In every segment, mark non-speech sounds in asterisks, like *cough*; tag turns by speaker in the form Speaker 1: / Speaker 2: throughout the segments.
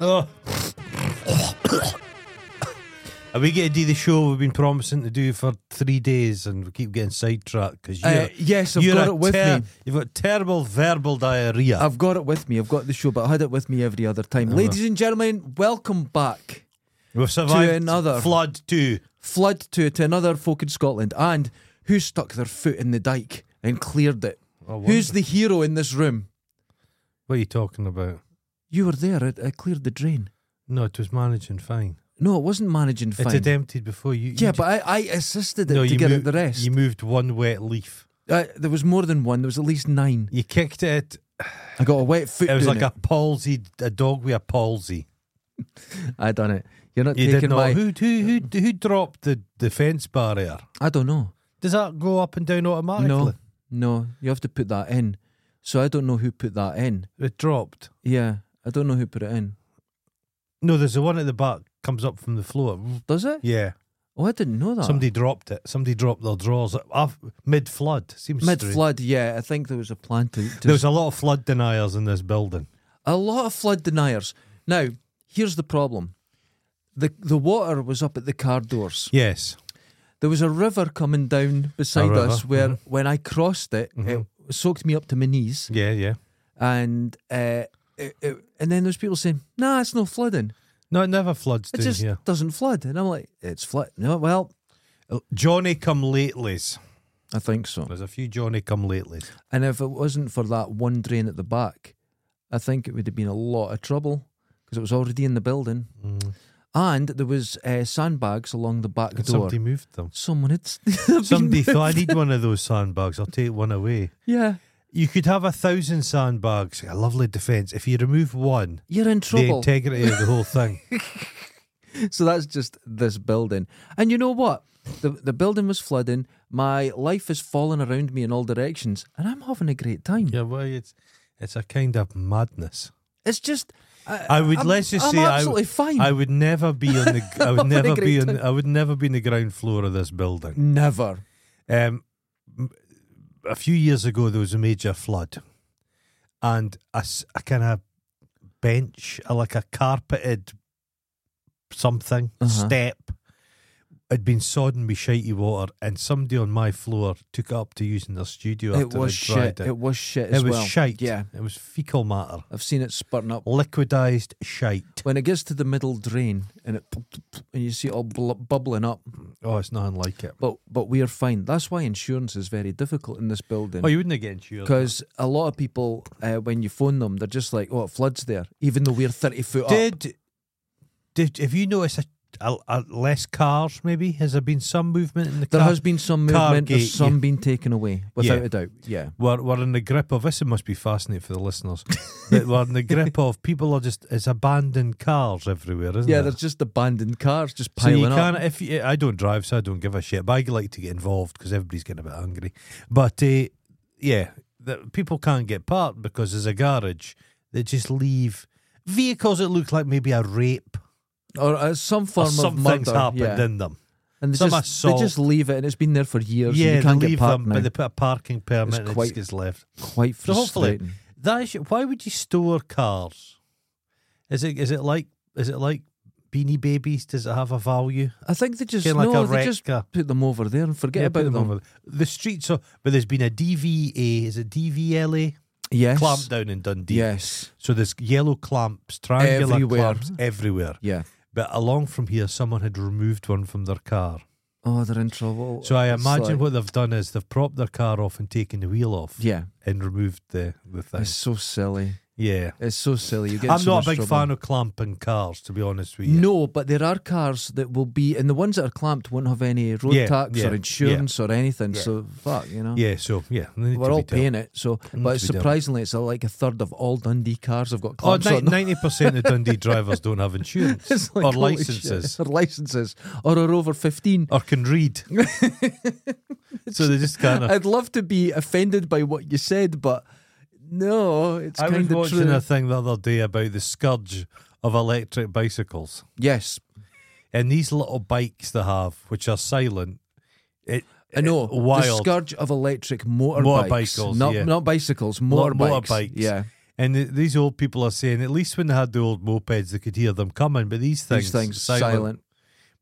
Speaker 1: Oh. Are we going to do the show we've been promising to do for three days and we keep getting sidetracked because you're,
Speaker 2: Uh, yes, I've
Speaker 1: you're
Speaker 2: got
Speaker 1: a
Speaker 2: it with
Speaker 1: ter-
Speaker 2: me.
Speaker 1: You've got terrible verbal diarrhea.
Speaker 2: I've got it with me. I've got the show, but I had it with me every other
Speaker 1: Uh-huh.
Speaker 2: time. Ladies and gentlemen, welcome back.
Speaker 1: we've survived
Speaker 2: another.
Speaker 1: flood too.
Speaker 2: Flood to to another folk in Scotland, and who stuck their foot in the dike and cleared it? Who's the hero in this room?
Speaker 1: What are you talking about?
Speaker 2: You were there. I, I cleared the drain.
Speaker 1: No, it was managing fine.
Speaker 2: No, it wasn't managing fine.
Speaker 1: It had emptied before you.
Speaker 2: yeah,
Speaker 1: you
Speaker 2: but I, I assisted it
Speaker 1: no,
Speaker 2: to
Speaker 1: you
Speaker 2: get
Speaker 1: moved,
Speaker 2: at the rest.
Speaker 1: You moved one wet leaf.
Speaker 2: Uh, there was more than one. There was at least nine.
Speaker 1: You kicked it.
Speaker 2: I got a wet foot.
Speaker 1: It was
Speaker 2: doing
Speaker 1: like a palsy, a dog with a palsy.
Speaker 2: I done it. You're not
Speaker 1: You
Speaker 2: taking
Speaker 1: did not.
Speaker 2: my.
Speaker 1: Who, who, who, who dropped the, the fence barrier?
Speaker 2: I don't know.
Speaker 1: Does that go up and down automatically?
Speaker 2: No, no. You have to put that in. So I don't know who put that in.
Speaker 1: It dropped.
Speaker 2: Yeah, I don't know who put it in.
Speaker 1: No, there's the one at the back comes up from the floor.
Speaker 2: Does it?
Speaker 1: Yeah,
Speaker 2: Oh, I didn't know that.
Speaker 1: somebody dropped it. Somebody dropped their drawers mid flood. Seems
Speaker 2: mid
Speaker 1: strange.
Speaker 2: flood. Yeah, I think there was a plan to. to
Speaker 1: There was a lot of flood deniers in this building.
Speaker 2: A lot of flood deniers. Now, here's the problem. The the water was up at the car doors.
Speaker 1: Yes,
Speaker 2: There was a river coming down beside
Speaker 1: river, mm-hmm.
Speaker 2: us where when I crossed it, it soaked me up to my knees.
Speaker 1: yeah, yeah.
Speaker 2: And uh, it, it, and then there's people saying, nah, it's no flooding.
Speaker 1: No, it never floods
Speaker 2: It
Speaker 1: down
Speaker 2: just
Speaker 1: here.
Speaker 2: doesn't flood. And I'm like, it's flood. No, well,
Speaker 1: Johnny come latelys.
Speaker 2: I think so.
Speaker 1: There's a few Johnny come latelys.
Speaker 2: And if it wasn't for that one drain at the back, I think it would have been a lot of trouble because it was already in the building. And there was uh, sandbags along the back
Speaker 1: Mm. And
Speaker 2: door.
Speaker 1: somebody moved them.
Speaker 2: Someone had *laughs* been
Speaker 1: Somebody
Speaker 2: moved.
Speaker 1: thought I need one of those sandbags. I'll take one away.
Speaker 2: Yeah,
Speaker 1: You could have a thousand sandbags. A lovely defence. If you remove one,
Speaker 2: you're in
Speaker 1: the
Speaker 2: trouble.
Speaker 1: integrity of the whole
Speaker 2: *laughs*
Speaker 1: thing.
Speaker 2: so that's just this building. And you know what? The the building was flooding. My life is falling around me in all directions, and I'm having a great time.
Speaker 1: yeah, well, it's it's a kind of madness.
Speaker 2: It's just. I,
Speaker 1: I would
Speaker 2: I'm-
Speaker 1: let's just
Speaker 2: I'm
Speaker 1: say I
Speaker 2: absolutely
Speaker 1: w-
Speaker 2: fine.
Speaker 1: I would never be on the
Speaker 2: *laughs*
Speaker 1: I would
Speaker 2: Having a
Speaker 1: never be
Speaker 2: great
Speaker 1: on
Speaker 2: time.
Speaker 1: I would never be in the ground floor of this building.
Speaker 2: Never.
Speaker 1: Um, m- a few years ago there was a major flood, and a, s- a kind of bench, a, like a carpeted something
Speaker 2: Uh-huh.
Speaker 1: step, had been sodden with shitey water, and somebody on my floor took it up to using their studio.
Speaker 2: It
Speaker 1: after
Speaker 2: was
Speaker 1: they dried
Speaker 2: shit.
Speaker 1: It,
Speaker 2: It was shit
Speaker 1: It
Speaker 2: as
Speaker 1: was
Speaker 2: well.
Speaker 1: shite.
Speaker 2: Yeah,
Speaker 1: it was fecal matter,
Speaker 2: I've seen it spurting up.
Speaker 1: liquidized shite.
Speaker 2: When it gets to the middle drain and it and you see it all bl- bubbling up,
Speaker 1: Oh, it's nothing like it.
Speaker 2: but but we are fine. That's why insurance is very difficult in this building.
Speaker 1: Oh, you wouldn't have getting yours.
Speaker 2: Because a lot of people, uh, when you phone them, they're just like, "Oh, it floods there," even though we're thirty
Speaker 1: Oh.
Speaker 2: foot up.
Speaker 1: Did did have you noticed a, a, a less cars? Maybe has there been some movement in the
Speaker 2: There
Speaker 1: car?
Speaker 2: has been some
Speaker 1: car
Speaker 2: movement.
Speaker 1: gate,
Speaker 2: There's some
Speaker 1: yeah.
Speaker 2: being taken away, without
Speaker 1: Yeah.
Speaker 2: a doubt. Yeah,
Speaker 1: We're, we're in the grip of this. It must be fascinating for the listeners. *laughs* that we're in the grip of people are just it's abandoned cars everywhere, isn't
Speaker 2: yeah.
Speaker 1: it?
Speaker 2: There's just abandoned cars just
Speaker 1: So you
Speaker 2: piling
Speaker 1: can
Speaker 2: up.
Speaker 1: if you, I don't drive, so I don't give a shit. But I like to get involved because everybody's getting a bit angry. But uh, yeah, the, people can't get parked because there's a garage. They just leave vehicles that look like maybe a rape
Speaker 2: Or uh, some
Speaker 1: or
Speaker 2: form of
Speaker 1: something's
Speaker 2: murder.
Speaker 1: happened
Speaker 2: yeah.
Speaker 1: in them.
Speaker 2: and they
Speaker 1: some
Speaker 2: just
Speaker 1: assault.
Speaker 2: they just leave it, and it's been there for years. and
Speaker 1: Yeah,
Speaker 2: you can't
Speaker 1: they
Speaker 2: get
Speaker 1: leave
Speaker 2: parked
Speaker 1: them,
Speaker 2: now.
Speaker 1: but they put a parking permit
Speaker 2: It's
Speaker 1: and it
Speaker 2: quite-
Speaker 1: just gets left.
Speaker 2: Quite
Speaker 1: So hopefully,
Speaker 2: frustrating.
Speaker 1: that is, why would you store cars? Is it is it like is it like Beanie Babies? Does it have a value?
Speaker 2: I think they just
Speaker 1: Kinda like
Speaker 2: no,
Speaker 1: a
Speaker 2: they
Speaker 1: wreck
Speaker 2: just
Speaker 1: car.
Speaker 2: put them over there and forget
Speaker 1: Yeah,
Speaker 2: about
Speaker 1: put
Speaker 2: them.
Speaker 1: over there. The streets are, but there's been a DVA, is it DVLA?
Speaker 2: Yes,
Speaker 1: Clamp down in Dundee.
Speaker 2: yes,
Speaker 1: So there's yellow clamps, triangular
Speaker 2: Everywhere.
Speaker 1: clamps everywhere.
Speaker 2: yeah.
Speaker 1: But along from here, someone had removed one from their car.
Speaker 2: Oh, they're in trouble.
Speaker 1: So I
Speaker 2: It's
Speaker 1: imagine
Speaker 2: like-
Speaker 1: what they've done is they've propped their car off and taken the wheel off
Speaker 2: Yeah,
Speaker 1: and removed the, the thing.
Speaker 2: it's so silly.
Speaker 1: Yeah.
Speaker 2: It's so silly. You get
Speaker 1: I'm
Speaker 2: so
Speaker 1: not
Speaker 2: much
Speaker 1: a big
Speaker 2: trouble.
Speaker 1: fan of clamping cars, to be honest with you.
Speaker 2: No, but there are cars that will be, and the ones that are clamped won't have any road
Speaker 1: Yeah,
Speaker 2: tax
Speaker 1: yeah,
Speaker 2: or insurance or anything. So fuck, you know.
Speaker 1: Yeah, so yeah, they need
Speaker 2: We're
Speaker 1: to
Speaker 2: all
Speaker 1: be dealt. Mm,
Speaker 2: paying it, so but
Speaker 1: to be dealt.
Speaker 2: surprisingly, it's like a third of all Dundee cars have got
Speaker 1: Oh,
Speaker 2: clamps on them.
Speaker 1: ninety percent of Dundee drivers don't have insurance
Speaker 2: *laughs* It's like,
Speaker 1: or
Speaker 2: holy shit,
Speaker 1: licenses
Speaker 2: or *laughs* licenses, or are over fifteen.
Speaker 1: or can
Speaker 2: *laughs*
Speaker 1: read, so they just kind of.
Speaker 2: I'd love to be offended by what you said, but no, it's
Speaker 1: I was
Speaker 2: kind of
Speaker 1: watching
Speaker 2: true.
Speaker 1: a thing the other day about the scourge of electric bicycles
Speaker 2: yes,
Speaker 1: and these little bikes they have, which are silent. It
Speaker 2: I know.
Speaker 1: it-
Speaker 2: The
Speaker 1: wild
Speaker 2: scourge of electric motorbikes,
Speaker 1: Motorbicles,
Speaker 2: not
Speaker 1: yeah.
Speaker 2: not bicycles,
Speaker 1: Mo-
Speaker 2: motorbikes.
Speaker 1: motorbikes.
Speaker 2: Yeah,
Speaker 1: And th- these old people are saying at least when they had the old mopeds, they could hear them coming. But these things,
Speaker 2: These things silent.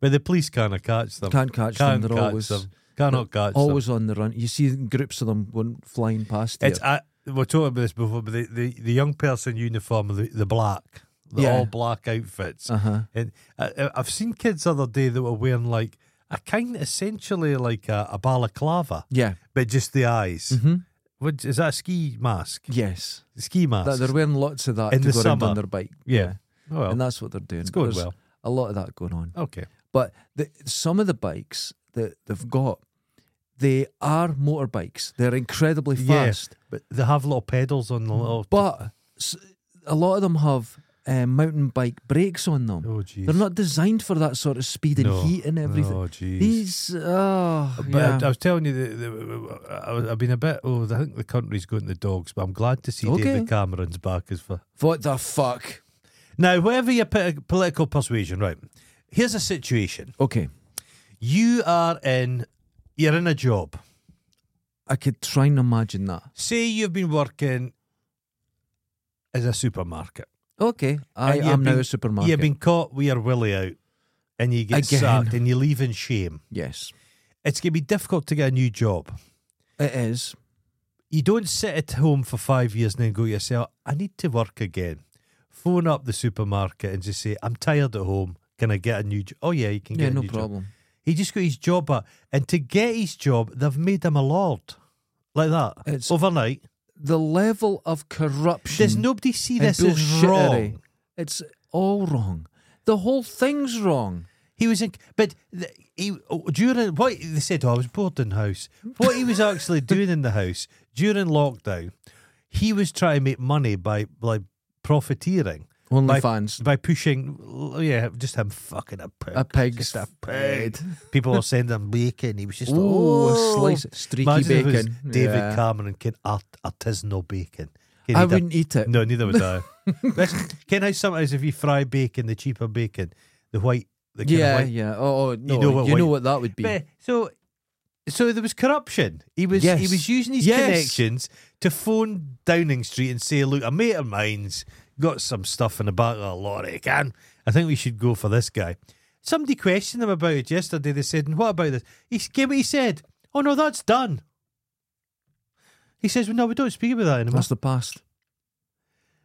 Speaker 1: But the police can't catch them.
Speaker 2: Can't catch them.
Speaker 1: Can't
Speaker 2: They're
Speaker 1: catch
Speaker 2: always
Speaker 1: them. Cannot catch them.
Speaker 2: always on the run. You see groups of them going flying past.
Speaker 1: It's
Speaker 2: you.
Speaker 1: I, we talking about this before, but the, the, the young person uniform, the, the black, the
Speaker 2: Yeah.
Speaker 1: all black outfits.
Speaker 2: Uh-huh.
Speaker 1: And I, I- I've seen kids the other day that were wearing like a kind, essentially like a, a balaclava,
Speaker 2: yeah.
Speaker 1: but just the eyes.
Speaker 2: hmm
Speaker 1: Which is that a ski mask?
Speaker 2: Yes.
Speaker 1: Ski mask.
Speaker 2: That, they're wearing lots of that
Speaker 1: In
Speaker 2: to
Speaker 1: the
Speaker 2: go around
Speaker 1: summer.
Speaker 2: on their bike.
Speaker 1: yeah. Oh, well,
Speaker 2: and that's what they're doing.
Speaker 1: it's going
Speaker 2: There's
Speaker 1: well.
Speaker 2: A lot of that going on.
Speaker 1: Okay.
Speaker 2: But the, some of the bikes that they've got, they are motorbikes. They're incredibly
Speaker 1: Yeah.
Speaker 2: fast.
Speaker 1: But they have little pedals on the little.
Speaker 2: But s- a lot of them have uh, mountain bike brakes on them.
Speaker 1: oh, jeez.
Speaker 2: They're not designed for that sort of speed and
Speaker 1: No.
Speaker 2: heat and everything.
Speaker 1: Oh, jeez.
Speaker 2: These, oh,
Speaker 1: But
Speaker 2: yeah.
Speaker 1: I, I was telling you, that, that- uh, I was- I've been a bit. Oh, I think the country's going to the dogs, but I'm glad to see
Speaker 2: Okay.
Speaker 1: David Cameron's back as for
Speaker 2: what the fuck?
Speaker 1: now. Whatever your p- political persuasion, right? Here's a situation:
Speaker 2: Okay,
Speaker 1: you are in, you're in a job.
Speaker 2: I could try and imagine that.
Speaker 1: Say you've been working as a supermarket.
Speaker 2: Okay, I
Speaker 1: And you've
Speaker 2: am now
Speaker 1: Uh, been-
Speaker 2: a supermarket.
Speaker 1: You've been caught with your willy out, and you get
Speaker 2: Again.
Speaker 1: sacked, and you leave in shame.
Speaker 2: yes,
Speaker 1: It's going to be difficult to get a new job.
Speaker 2: it is.
Speaker 1: you don't sit at home for five years and then go to yourself, I need to work again. Phone up the supermarket and just say, I'm tired at home. Can I get a new job? Oh, yeah, you can
Speaker 2: Yeah,
Speaker 1: get a
Speaker 2: no
Speaker 1: new job.
Speaker 2: problem.
Speaker 1: He just got his job back. And to get his job, they've made him a lord. Like that.
Speaker 2: It's-
Speaker 1: Overnight.
Speaker 2: The level of corruption.
Speaker 1: Does nobody see
Speaker 2: and
Speaker 1: this as
Speaker 2: bullshittery.
Speaker 1: wrong?
Speaker 2: It's all wrong. The whole thing's wrong.
Speaker 1: He was in, but th- he oh, during what they said. Oh, I was bored in the house. What he was
Speaker 2: *laughs*
Speaker 1: actually doing in the house during lockdown, he was trying to make money by like profiteering. by
Speaker 2: OnlyFans.
Speaker 1: by pushing, yeah, just him fucking a pig.
Speaker 2: A pig's
Speaker 1: Just a pig. People were sending him bacon. He was just like, oh,
Speaker 2: Ooh, a slice of streaky
Speaker 1: Imagine if it was
Speaker 2: bacon.
Speaker 1: David
Speaker 2: Yeah.
Speaker 1: Cameron can art, artisanal bacon. Can
Speaker 2: I
Speaker 1: he do-
Speaker 2: wouldn't eat it.
Speaker 1: No, neither would
Speaker 2: *laughs*
Speaker 1: I. Listen, can I sometimes if you fry bacon, the cheaper bacon, the white, the kind
Speaker 2: yeah,
Speaker 1: of white.
Speaker 2: yeah. Oh, oh no, you
Speaker 1: know
Speaker 2: know
Speaker 1: what
Speaker 2: what,
Speaker 1: white-
Speaker 2: that would be.
Speaker 1: But- so, so there was corruption. He was he
Speaker 2: Yes.
Speaker 1: was using his
Speaker 2: Yes.
Speaker 1: connections to phone Downing Street and say, "Look, a mate of mine's got some stuff in the back of a lorry. Can I think we should go for this guy?" Somebody questioned him about it yesterday. They said, "And what about this?" He s- get what he said. Oh no, that's done. He says, "Well, no, we don't speak about that anymore."
Speaker 2: That's the past.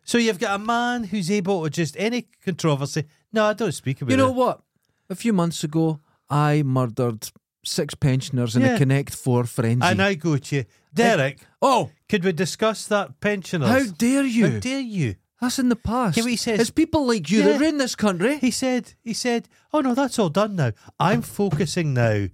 Speaker 1: So you've got a man who's able to just any controversy. No, I don't speak about
Speaker 2: You know
Speaker 1: it.
Speaker 2: what? A few months ago, I murdered six pensioners in
Speaker 1: Yeah.
Speaker 2: a Connect Four frenzy.
Speaker 1: And I go to you, Derek.
Speaker 2: Oh,
Speaker 1: Could we discuss that pensioners?
Speaker 2: how dare you?
Speaker 1: How dare Oh, you?
Speaker 2: That's in the past.
Speaker 1: Yeah, but he says-
Speaker 2: it's people like you
Speaker 1: Yeah.
Speaker 2: that ruin this country.
Speaker 1: He said, he said, oh no, that's all done now. I'm focusing now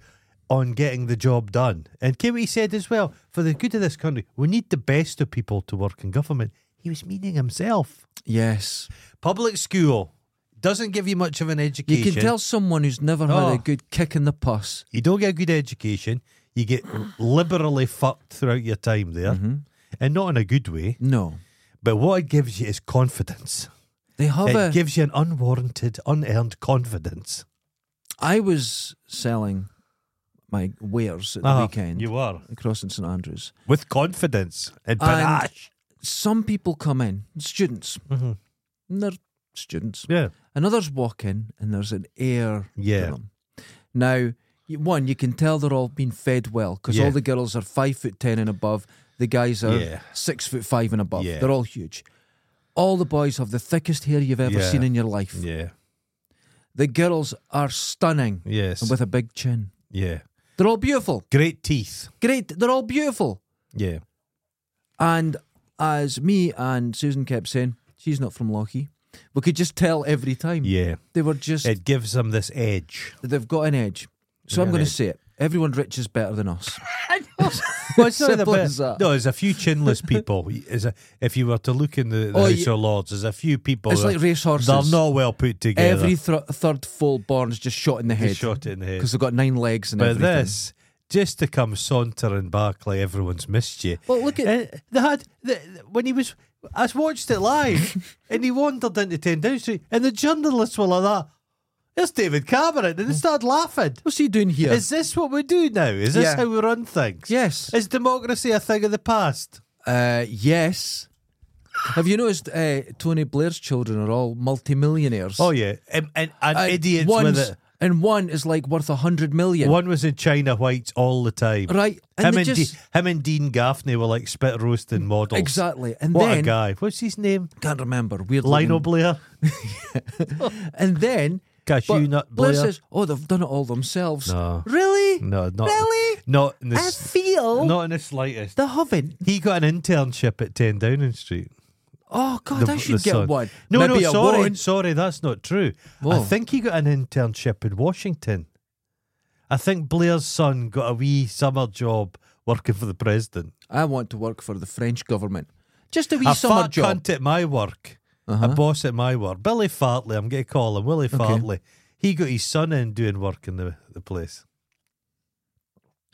Speaker 1: on getting the job done. And Kim, he said as well, for the good of this country, we need the best of people to work in government. He was meaning himself.
Speaker 2: Yes.
Speaker 1: Public school doesn't give you much of an
Speaker 2: You
Speaker 1: education.
Speaker 2: can tell someone who's never had
Speaker 1: Oh.
Speaker 2: a good kick in the pus.
Speaker 1: You don't get a good education. You get liberally fucked throughout your time there. And not in a good way.
Speaker 2: No.
Speaker 1: But what it gives you is confidence.
Speaker 2: They have
Speaker 1: It
Speaker 2: a.
Speaker 1: gives you an unwarranted, unearned confidence.
Speaker 2: I was selling my wares at the
Speaker 1: Ah,
Speaker 2: weekend
Speaker 1: You are.
Speaker 2: across in St Andrews.
Speaker 1: with confidence and
Speaker 2: And-
Speaker 1: panache.
Speaker 2: Some people come in, students,
Speaker 1: Mhm.
Speaker 2: and they're students,
Speaker 1: yeah,
Speaker 2: and others walk in, and there's an air
Speaker 1: Yeah.
Speaker 2: to them. Now, you- one, you can tell they're all being fed well because
Speaker 1: Yeah.
Speaker 2: all the girls are five foot ten and above. The guys are
Speaker 1: Yeah.
Speaker 2: six foot five and above.
Speaker 1: Yeah.
Speaker 2: They're all huge. All the boys have the thickest hair you've ever
Speaker 1: Yeah.
Speaker 2: seen in your life.
Speaker 1: yeah,
Speaker 2: The girls are stunning
Speaker 1: yes,
Speaker 2: and with a big chin.
Speaker 1: yeah.
Speaker 2: They're all beautiful.
Speaker 1: Great teeth.
Speaker 2: Great. They're all beautiful.
Speaker 1: Yeah,
Speaker 2: And as me and Susan kept saying, she's not from Lockie. We could just tell every time.
Speaker 1: yeah.
Speaker 2: They were just,
Speaker 1: It gives them this edge.
Speaker 2: they've got an edge.
Speaker 1: Yeah,
Speaker 2: So I'm
Speaker 1: an
Speaker 2: going to
Speaker 1: edge.
Speaker 2: say it. Everyone rich is better than us. *laughs*
Speaker 1: Well, it's not the
Speaker 2: Simple
Speaker 1: bit-
Speaker 2: as that.
Speaker 1: No, there's a few chinless people. Is a, if you were to look in the, the
Speaker 2: Oh,
Speaker 1: House
Speaker 2: you-
Speaker 1: of Lords, there's a few people.
Speaker 2: it's
Speaker 1: that-
Speaker 2: like racehorses.
Speaker 1: they're not well put together.
Speaker 2: Every thro- third full born is just shot in the
Speaker 1: They
Speaker 2: head.
Speaker 1: shot it in the head.
Speaker 2: Because they've got nine legs and
Speaker 1: But
Speaker 2: everything.
Speaker 1: this, just to come sauntering back like everyone's missed you.
Speaker 2: Well, look at-
Speaker 1: Uh, they had the, when he was. I watched it
Speaker 2: *laughs*
Speaker 1: live, and he wandered into Ten Down Street, and the journalists were like that. It's David Cameron,
Speaker 2: Mm.
Speaker 1: and they started laughing.
Speaker 2: What's he doing here?
Speaker 1: Is this what we do now? Is this
Speaker 2: Yeah.
Speaker 1: how we run things?
Speaker 2: yes.
Speaker 1: Is democracy a thing of the past?
Speaker 2: Uh, yes. Have you noticed uh, Tony Blair's children are all multimillionaires?
Speaker 1: Oh yeah, and, and, and
Speaker 2: And
Speaker 1: idiots
Speaker 2: one's-
Speaker 1: with it.
Speaker 2: And one is like worth a hundred million.
Speaker 1: One was in China whites all the time.
Speaker 2: right? And
Speaker 1: him
Speaker 2: they
Speaker 1: and De-
Speaker 2: just
Speaker 1: him and Dean Gaffney were like spit roasting models.
Speaker 2: exactly. And
Speaker 1: What a
Speaker 2: then
Speaker 1: guy. What's his name?
Speaker 2: can't remember. Weird
Speaker 1: Lionel
Speaker 2: looking-
Speaker 1: Blair.
Speaker 2: And then
Speaker 1: Cashew
Speaker 2: but
Speaker 1: nut Blair.
Speaker 2: Blair says, "Oh, they've done it all themselves."
Speaker 1: No.
Speaker 2: Really?
Speaker 1: no, not
Speaker 2: Really?
Speaker 1: Not in the
Speaker 2: I
Speaker 1: s-
Speaker 2: feel
Speaker 1: not in the slightest.
Speaker 2: they haven't.
Speaker 1: He got an internship at Ten Downing Street.
Speaker 2: Oh God,
Speaker 1: the-
Speaker 2: I
Speaker 1: the
Speaker 2: should get
Speaker 1: son.
Speaker 2: one.
Speaker 1: No,
Speaker 2: Maybe
Speaker 1: no,
Speaker 2: I
Speaker 1: sorry,
Speaker 2: won't.
Speaker 1: sorry, that's not true. I
Speaker 2: Well.
Speaker 1: think he got an internship in Washington. I think Blair's son got a wee summer job working for the president.
Speaker 2: I want to work for the French government. Just a wee
Speaker 1: a
Speaker 2: summer
Speaker 1: fat
Speaker 2: job.
Speaker 1: cunt at my work, a boss at my work, Billy Fartley. I'm going to call him Willie Fartley. He got his son in doing work in the, the place.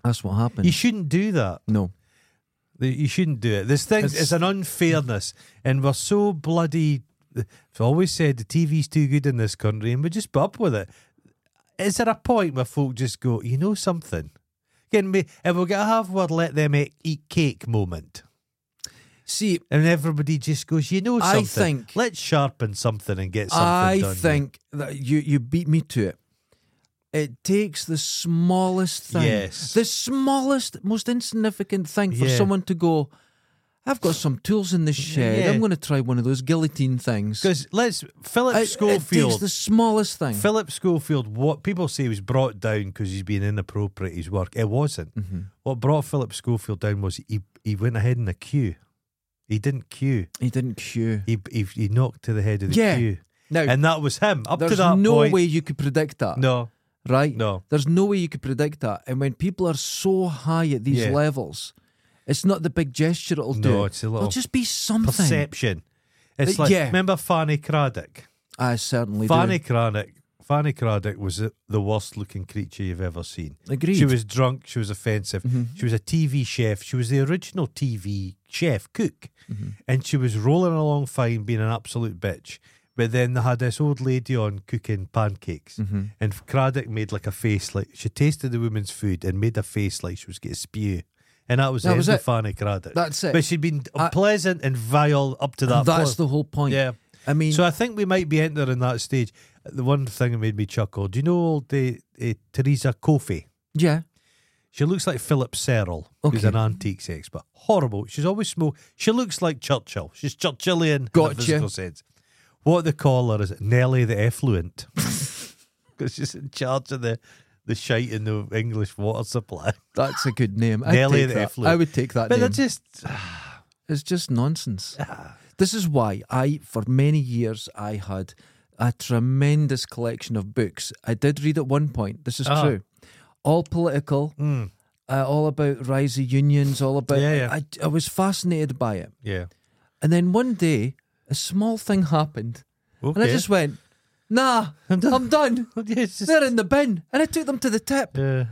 Speaker 2: That's what happened.
Speaker 1: You shouldn't do that.
Speaker 2: no.
Speaker 1: You shouldn't do it. There's things. It's,
Speaker 2: It's-
Speaker 1: an unfairness, and we're so bloody. I've always said the TV's too good in this country, and we just put up with it. Is there a point where folk just go, you know something? Can we, if we're gonna have one, let them eat, eat cake moment,
Speaker 2: See,
Speaker 1: and everybody just goes, you know something.
Speaker 2: I think-
Speaker 1: let's sharpen something and get something
Speaker 2: I
Speaker 1: done.
Speaker 2: think that you you beat me to it. It takes the smallest thing,
Speaker 1: Yes.
Speaker 2: the smallest, most insignificant thing for
Speaker 1: Yeah.
Speaker 2: someone to go. I've got some tools in the shed.
Speaker 1: Yeah.
Speaker 2: I'm going to try one of those guillotine things. It,
Speaker 1: because let's Philip
Speaker 2: it takes
Speaker 1: Schofield.
Speaker 2: the smallest thing.
Speaker 1: Philip Schofield, what people say was brought down because he's been inappropriate at his work. It wasn't.
Speaker 2: Mm-hmm.
Speaker 1: What brought Philip Schofield down was he, he went ahead in the queue. He didn't queue.
Speaker 2: he didn't queue.
Speaker 1: He, he he knocked to the head of the
Speaker 2: Yeah.
Speaker 1: queue,
Speaker 2: Now,
Speaker 1: and that was him up to
Speaker 2: there's
Speaker 1: that
Speaker 2: no
Speaker 1: point.
Speaker 2: way you could predict that,
Speaker 1: No,
Speaker 2: right?
Speaker 1: no.
Speaker 2: There's no way you could predict that. And when people are so high at these
Speaker 1: Yeah.
Speaker 2: levels, it's not the big gesture that'll do.
Speaker 1: No,
Speaker 2: it.
Speaker 1: it's a
Speaker 2: There'll
Speaker 1: little
Speaker 2: just be something.
Speaker 1: perception. It's
Speaker 2: Uh,
Speaker 1: like
Speaker 2: yeah.
Speaker 1: remember Fanny Craddock.
Speaker 2: I certainly
Speaker 1: Fanny Craddock. Fanny Craddock was the- the worst looking creature you've ever seen.
Speaker 2: do. Agreed.
Speaker 1: She was drunk. She was offensive.
Speaker 2: Mm-hmm.
Speaker 1: She was a TV chef. She was the original TV chef cook,
Speaker 2: Mm-hmm.
Speaker 1: and she was rolling along fine, being an absolute bitch. But then they had this old lady on cooking pancakes,
Speaker 2: Mm-hmm.
Speaker 1: and Craddock made like a face, like she tasted the woman's food and made a face like she was going to spew. And that was
Speaker 2: That
Speaker 1: the
Speaker 2: was
Speaker 1: end
Speaker 2: it.
Speaker 1: of Fanny Craddock.
Speaker 2: That's it.
Speaker 1: But she'd been
Speaker 2: I-
Speaker 1: unpleasant and vile up to that
Speaker 2: That's
Speaker 1: point.
Speaker 2: the whole point.
Speaker 1: yeah.
Speaker 2: I mean,
Speaker 1: So I think we might be entering that stage. The one thing that made me chuckle, do you know old uh, uh, Teresa Coffey?
Speaker 2: yeah.
Speaker 1: She looks like Philip Serrell, who's
Speaker 2: Okay.
Speaker 1: an antiques expert. Horrible. She's always smoke. She looks like Churchill. She's Churchillian in a
Speaker 2: Gotcha.
Speaker 1: physical sense. What they call her is Nelly the Effluent,
Speaker 2: *laughs*
Speaker 1: because she's in charge of the the shite in the English water supply.
Speaker 2: That's a good name. I'd
Speaker 1: Nelly
Speaker 2: take
Speaker 1: the
Speaker 2: that.
Speaker 1: Effluent.
Speaker 2: I would take that
Speaker 1: But
Speaker 2: name.
Speaker 1: they're just
Speaker 2: It's just nonsense.
Speaker 1: Ah.
Speaker 2: this is why I, for many years, I had a tremendous collection of books. I did read at one point. This is
Speaker 1: Ah. Hmm.
Speaker 2: true. All political, uh, all about rise of unions, all about.
Speaker 1: Yeah, yeah.
Speaker 2: I, I was fascinated by it.
Speaker 1: yeah.
Speaker 2: *laughs* And then one day, a small thing happened.
Speaker 1: Okay.
Speaker 2: And I just went, nah, I'm done.
Speaker 1: It's just-
Speaker 2: They're in the bin. And I took them to the tip
Speaker 1: yeah.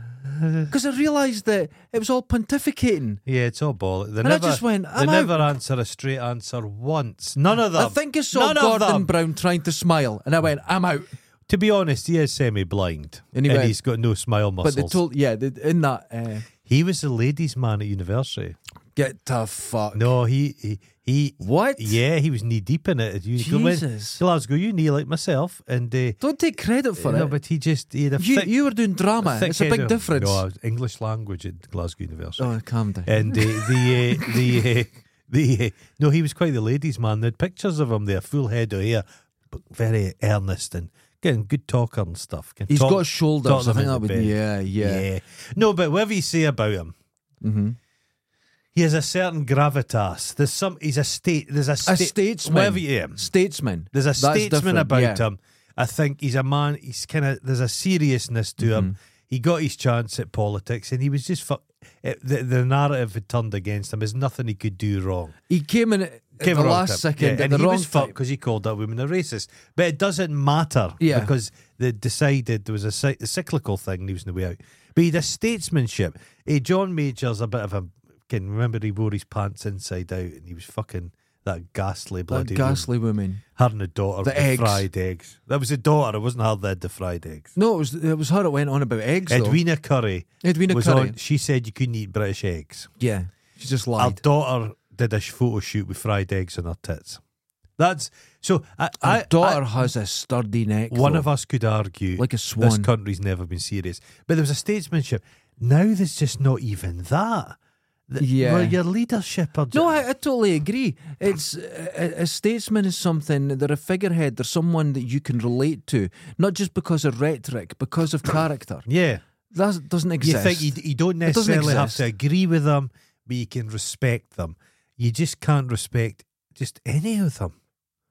Speaker 1: *laughs*
Speaker 2: because I realised that it was all pontificating.
Speaker 1: Yeah, it's all bollocks. They
Speaker 2: And I
Speaker 1: never,
Speaker 2: just went,
Speaker 1: they
Speaker 2: "I'm
Speaker 1: never answer a straight answer once. None of them.
Speaker 2: I think I saw
Speaker 1: None of
Speaker 2: Gordon
Speaker 1: them.
Speaker 2: Brown trying to smile, and I went, "I'm out."
Speaker 1: To be honest, he is semi-blind,
Speaker 2: And he went-
Speaker 1: he's got no smile
Speaker 2: But
Speaker 1: muscles.
Speaker 2: they told, yeah, they, in that, uh,
Speaker 1: He was the ladies' man at university.
Speaker 2: get to fuck.
Speaker 1: No, he he, he
Speaker 2: What?
Speaker 1: yeah, he was knee deep in it. at uni. Go in
Speaker 2: Jesus.
Speaker 1: Glasgow uni like myself, and uh,
Speaker 2: Don't take credit for
Speaker 1: no,
Speaker 2: it.
Speaker 1: but he just he had a
Speaker 2: you
Speaker 1: thick,
Speaker 2: you were doing drama.
Speaker 1: thick
Speaker 2: It's a
Speaker 1: head
Speaker 2: big
Speaker 1: of-
Speaker 2: difference.
Speaker 1: No, I was English language at Glasgow University,
Speaker 2: Oh, calm down.
Speaker 1: and uh, the uh, the uh, the uh, no, he was quite the ladies' man. They had pictures of him there, full head of hair, but very earnest and getting good talker and stuff. Can
Speaker 2: He's
Speaker 1: talk-
Speaker 2: got
Speaker 1: talk
Speaker 2: shoulders. I
Speaker 1: them
Speaker 2: think
Speaker 1: into
Speaker 2: that would.
Speaker 1: bed.
Speaker 2: Yeah, yeah.
Speaker 1: yeah. No, but whatever you say about him,
Speaker 2: Mm-hmm.
Speaker 1: He has a certain gravitas. There's some. He's a state. There's a, sta-
Speaker 2: A statesman.
Speaker 1: Whatever you am.
Speaker 2: Statesman.
Speaker 1: There's a
Speaker 2: That's
Speaker 1: statesman
Speaker 2: different,
Speaker 1: about
Speaker 2: yeah.
Speaker 1: him. I think he's a man. He's kind of. There's a seriousness to
Speaker 2: Mm-hmm.
Speaker 1: him. He got his chance at politics, and he was just. Fu- it, the, the narrative had turned against him. There's nothing he could do wrong.
Speaker 2: He came in at
Speaker 1: Came
Speaker 2: the
Speaker 1: wrong
Speaker 2: last
Speaker 1: time.
Speaker 2: second
Speaker 1: yeah,
Speaker 2: at
Speaker 1: and
Speaker 2: the
Speaker 1: he
Speaker 2: wrong
Speaker 1: was fucked
Speaker 2: time.
Speaker 1: because he called that woman a racist. But it doesn't matter
Speaker 2: Yeah.
Speaker 1: because they decided there was a, cy- a cyclical thing and he was on the way out. But he had a statesmanship. Hey, John Major's a bit of a can remember he wore his pants inside out and he was fucking that ghastly
Speaker 2: That
Speaker 1: bloody
Speaker 2: ghastly woman.
Speaker 1: woman. her and the daughter
Speaker 2: The
Speaker 1: with
Speaker 2: eggs.
Speaker 1: fried eggs. That was the daughter. It wasn't her that had the fried eggs.
Speaker 2: No, it was it was her that went on about eggs. though.
Speaker 1: Edwina Curry
Speaker 2: Edwina
Speaker 1: was
Speaker 2: Curry.
Speaker 1: on. She said you couldn't eat British eggs.
Speaker 2: Yeah, she just
Speaker 1: Our
Speaker 2: lied.
Speaker 1: daughter did a sh- photo shoot with fried eggs in her tits. That's so. I,
Speaker 2: Her
Speaker 1: I,
Speaker 2: daughter has a sturdy neck.
Speaker 1: I- one
Speaker 2: though,
Speaker 1: of us could argue
Speaker 2: like a
Speaker 1: this
Speaker 2: swan.
Speaker 1: country's never been serious, but there was a statesmanship. Now there's just not even that. Th-
Speaker 2: Yeah.
Speaker 1: where your leadership are
Speaker 2: no,
Speaker 1: ju-
Speaker 2: I, I totally agree. It's a, a statesman is something. They're a figurehead. They're someone that you can relate to, not just because of rhetoric, because of character.
Speaker 1: yeah.
Speaker 2: That doesn't
Speaker 1: You
Speaker 2: exist.
Speaker 1: think you, d- you don't
Speaker 2: It doesn't
Speaker 1: necessarily have
Speaker 2: exist.
Speaker 1: to agree with them, but you can respect them. You just can't respect just any of them.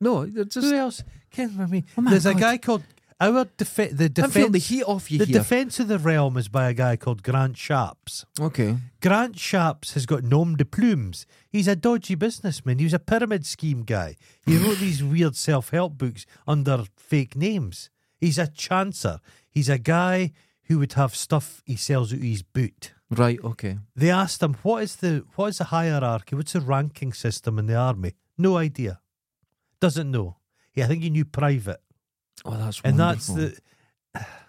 Speaker 2: no, they're just.
Speaker 1: Who else? Can I mean?
Speaker 2: Oh my
Speaker 1: there's a
Speaker 2: God.
Speaker 1: guy called our defe- the
Speaker 2: I'm feeling the
Speaker 1: defense.
Speaker 2: heat off you
Speaker 1: The
Speaker 2: here.
Speaker 1: defense of the realm is by a guy called Grant Shapps.
Speaker 2: okay.
Speaker 1: Grant Shapps has got nom de plumes. He's a dodgy businessman. He was a pyramid scheme guy. He wrote these weird self help books under fake names. He's a chancer. He's a guy who would have stuff he sells out of his boot.
Speaker 2: Right. Okay.
Speaker 1: They asked him, "What is the what is the hierarchy? What's the ranking system in the army?" No idea. Doesn't know. Yeah, I think he knew private,
Speaker 2: Oh, that's
Speaker 1: and
Speaker 2: wonderful.
Speaker 1: that's the. *sighs*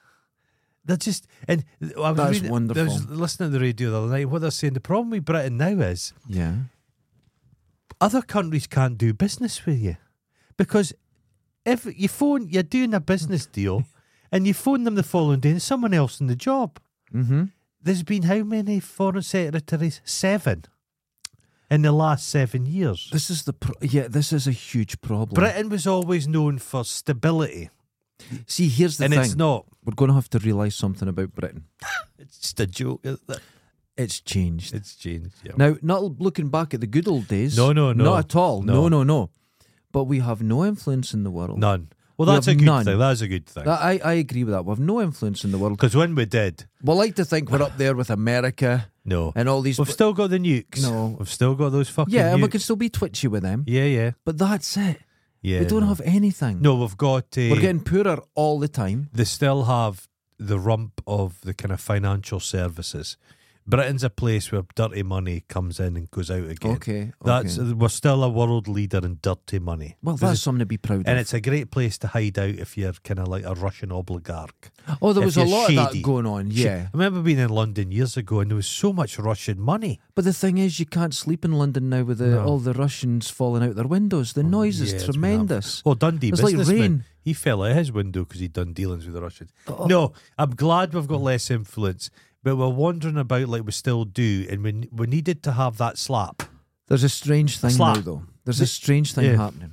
Speaker 1: That's just and I was
Speaker 2: That's
Speaker 1: reading, I was
Speaker 2: wonderful.
Speaker 1: listening to the radio the other night. What they're saying, the problem with Britain now is
Speaker 2: yeah.
Speaker 1: other countries can't do business with you because if you phone, you're doing a business
Speaker 2: *laughs*
Speaker 1: deal, and you phone them the following day, and someone else in the job.
Speaker 2: Mm-hmm.
Speaker 1: There's been how many foreign secretaries? Seven in the last seven years.
Speaker 2: This is the pro- yeah. This is a huge problem.
Speaker 1: Britain was always known for stability,
Speaker 2: See, here's the
Speaker 1: and
Speaker 2: thing.
Speaker 1: it's not.
Speaker 2: We're going to have to realise something about Britain.
Speaker 1: It's just a joke. isn't it?
Speaker 2: It's changed.
Speaker 1: It's changed. Yeah.
Speaker 2: Now, not looking back at the good old days.
Speaker 1: No, no, no.
Speaker 2: Not at all.
Speaker 1: No.
Speaker 2: No, no, no. But we have no influence in the world.
Speaker 1: None. Well,
Speaker 2: We
Speaker 1: that's a
Speaker 2: have
Speaker 1: good
Speaker 2: none.
Speaker 1: thing. That's a good thing.
Speaker 2: That- I, I agree with that. We have no influence in the world.
Speaker 1: Because when we did,
Speaker 2: We like to think we're up there with America
Speaker 1: no,
Speaker 2: and all these.
Speaker 1: we've still got the nukes.
Speaker 2: No.
Speaker 1: we've still got those fucking.
Speaker 2: yeah, and we
Speaker 1: nukes.
Speaker 2: can still be twitchy with them.
Speaker 1: Yeah, yeah,
Speaker 2: But that's it.
Speaker 1: yeah.
Speaker 2: we don't
Speaker 1: no.
Speaker 2: have anything.
Speaker 1: No, we've got. Uh,
Speaker 2: We're getting poorer all the time.
Speaker 1: they still have the rump of the kind of financial services. Britain's a place where dirty money comes in and goes out again.
Speaker 2: Okay.
Speaker 1: That's
Speaker 2: okay.
Speaker 1: we're still a world leader in dirty money.
Speaker 2: well,
Speaker 1: There's
Speaker 2: that's something to be proud
Speaker 1: a- and
Speaker 2: of.
Speaker 1: it's a great place to hide out if you're kind of like a Russian oligarch.
Speaker 2: Oh, there
Speaker 1: if
Speaker 2: was a
Speaker 1: you're
Speaker 2: lot of
Speaker 1: shady.
Speaker 2: that going on.
Speaker 1: Shit,
Speaker 2: Yeah.
Speaker 1: I remember being in London years ago, and there was so much Russian money.
Speaker 2: But the thing is, you can't sleep in London now with the,
Speaker 1: No. Oh,
Speaker 2: all the Russians falling out their windows. The noise
Speaker 1: yeah,
Speaker 2: is
Speaker 1: it's been
Speaker 2: tremendous.
Speaker 1: Well, Dundee
Speaker 2: It's like
Speaker 1: businessman,
Speaker 2: rain. Oh.
Speaker 1: he fell out his window because he'd done dealings with the Russians. No, I'm glad we've got less influence, but we're wandering about like we still do, and we we needed to have that slap.
Speaker 2: There's a strange thing
Speaker 1: Slap.
Speaker 2: now, though. There's a strange thing
Speaker 1: Yeah.
Speaker 2: happening.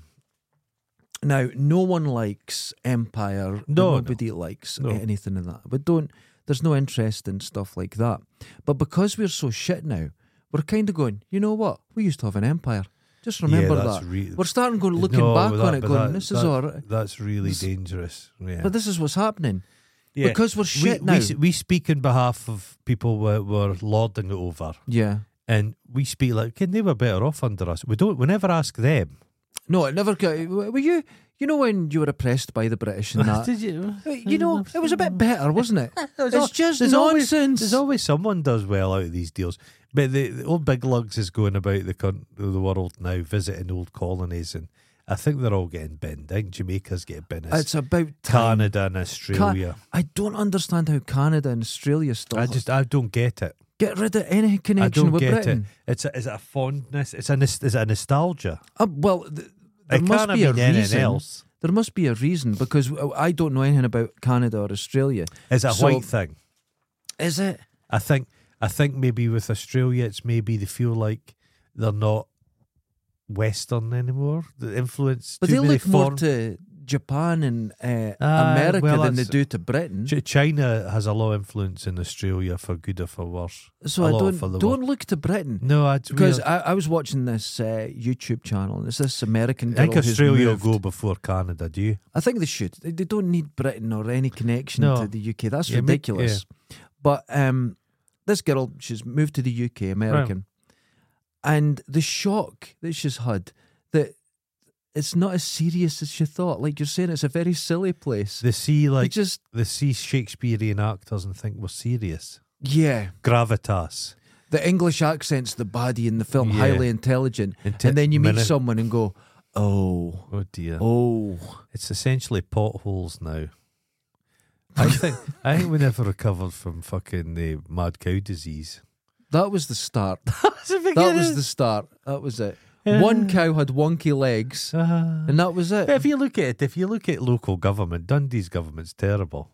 Speaker 2: Now, no one likes empire. and
Speaker 1: No, no.
Speaker 2: nobody likes
Speaker 1: No.
Speaker 2: anything in that. We don't. There's no interest in stuff like that. But because we're so shit now, we're kind of going. You know what? We used to have an empire. Just remember
Speaker 1: that's
Speaker 2: that.
Speaker 1: re-
Speaker 2: we're starting going looking
Speaker 1: No,
Speaker 2: back
Speaker 1: but
Speaker 2: on
Speaker 1: that-
Speaker 2: it,
Speaker 1: but
Speaker 2: going,
Speaker 1: that-
Speaker 2: "This is
Speaker 1: that-
Speaker 2: all right."
Speaker 1: That's really dangerous. Yeah.
Speaker 2: But this is what's happening
Speaker 1: Yeah.
Speaker 2: because we're shit
Speaker 1: we,
Speaker 2: now.
Speaker 1: we s- we speak on behalf of people we're, we're lording it over,
Speaker 2: yeah.
Speaker 1: and we speak like, "Can they were better off under us?" We don't. We never ask them.
Speaker 2: No, it never. co- Were you? You know when you were oppressed by the
Speaker 1: *laughs*
Speaker 2: British and that.
Speaker 1: Did you?
Speaker 2: you know, it was a bit better,
Speaker 1: *laughs*
Speaker 2: wasn't it? It's
Speaker 1: al-
Speaker 2: just
Speaker 1: there's always-
Speaker 2: nonsense.
Speaker 1: there's always someone does well out of these deals, but the, the old big lugs is going about the con- the world now, visiting old colonies, and I think they're all getting binned. I think Jamaica's getting binned.
Speaker 2: it's about time.
Speaker 1: Canada and
Speaker 2: Ca-
Speaker 1: Australia.
Speaker 2: I don't understand how Canada and Australia still
Speaker 1: I just I don't get it.
Speaker 2: get rid of any
Speaker 1: I
Speaker 2: connection
Speaker 1: don't
Speaker 2: with
Speaker 1: get
Speaker 2: Britain.
Speaker 1: it. It's a, is it a fondness? It's a nos- is it a nostalgia?
Speaker 2: Uh, well, th- there
Speaker 1: it
Speaker 2: must
Speaker 1: can't
Speaker 2: be a
Speaker 1: have been anything
Speaker 2: reason.
Speaker 1: else.
Speaker 2: There must be a reason because uh, I don't know anything about Canada or Australia.
Speaker 1: It's a
Speaker 2: So-
Speaker 1: white thing.
Speaker 2: Is it?
Speaker 1: I think I think maybe with Australia, it's maybe they feel like they're not Western anymore. The influence,
Speaker 2: But
Speaker 1: too
Speaker 2: they
Speaker 1: many
Speaker 2: look more
Speaker 1: foreign-
Speaker 2: to Japan and uh,
Speaker 1: Ah,
Speaker 2: America
Speaker 1: well,
Speaker 2: than they
Speaker 1: that's-
Speaker 2: do to Britain.
Speaker 1: Ch- China has a lot of influence in Australia for good or for worse.
Speaker 2: So
Speaker 1: a
Speaker 2: I
Speaker 1: lot
Speaker 2: don't
Speaker 1: for the
Speaker 2: don't look to Britain.
Speaker 1: No, it's
Speaker 2: Because
Speaker 1: weird.
Speaker 2: I, I was watching this uh, YouTube channel, and it's this American
Speaker 1: I
Speaker 2: girl
Speaker 1: think
Speaker 2: who's
Speaker 1: Australia will
Speaker 2: moved.
Speaker 1: go before Canada. Do you?
Speaker 2: I think they should. They, they don't need Britain or any connection
Speaker 1: No.
Speaker 2: to the UK. That's
Speaker 1: Yeah, me-
Speaker 2: ridiculous. But um, this girl, she's moved to the UK, American, and the shock that she's had that it's not as serious as she thought. Like you're saying, it's a very silly place.
Speaker 1: They see
Speaker 2: They
Speaker 1: like
Speaker 2: just
Speaker 1: they see Shakespearean actors and think we're serious.
Speaker 2: yeah,
Speaker 1: Gravitas.
Speaker 2: the English accent's the baddie in the film,
Speaker 1: Yeah.
Speaker 2: highly intelligent,
Speaker 1: Inte-
Speaker 2: and then you meet
Speaker 1: mini-
Speaker 2: someone and go, oh,
Speaker 1: Oh dear.
Speaker 2: oh.
Speaker 1: It's essentially potholes
Speaker 2: *laughs*
Speaker 1: now. I think I think we never recovered from fucking the mad cow uh, disease.
Speaker 2: That was the start.
Speaker 1: That's the
Speaker 2: *laughs* That was the start. That was it. One cow had wonky legs,
Speaker 1: Uh,
Speaker 2: and that was it.
Speaker 1: if you look at it, if you look at local government, Dundee's government's terrible.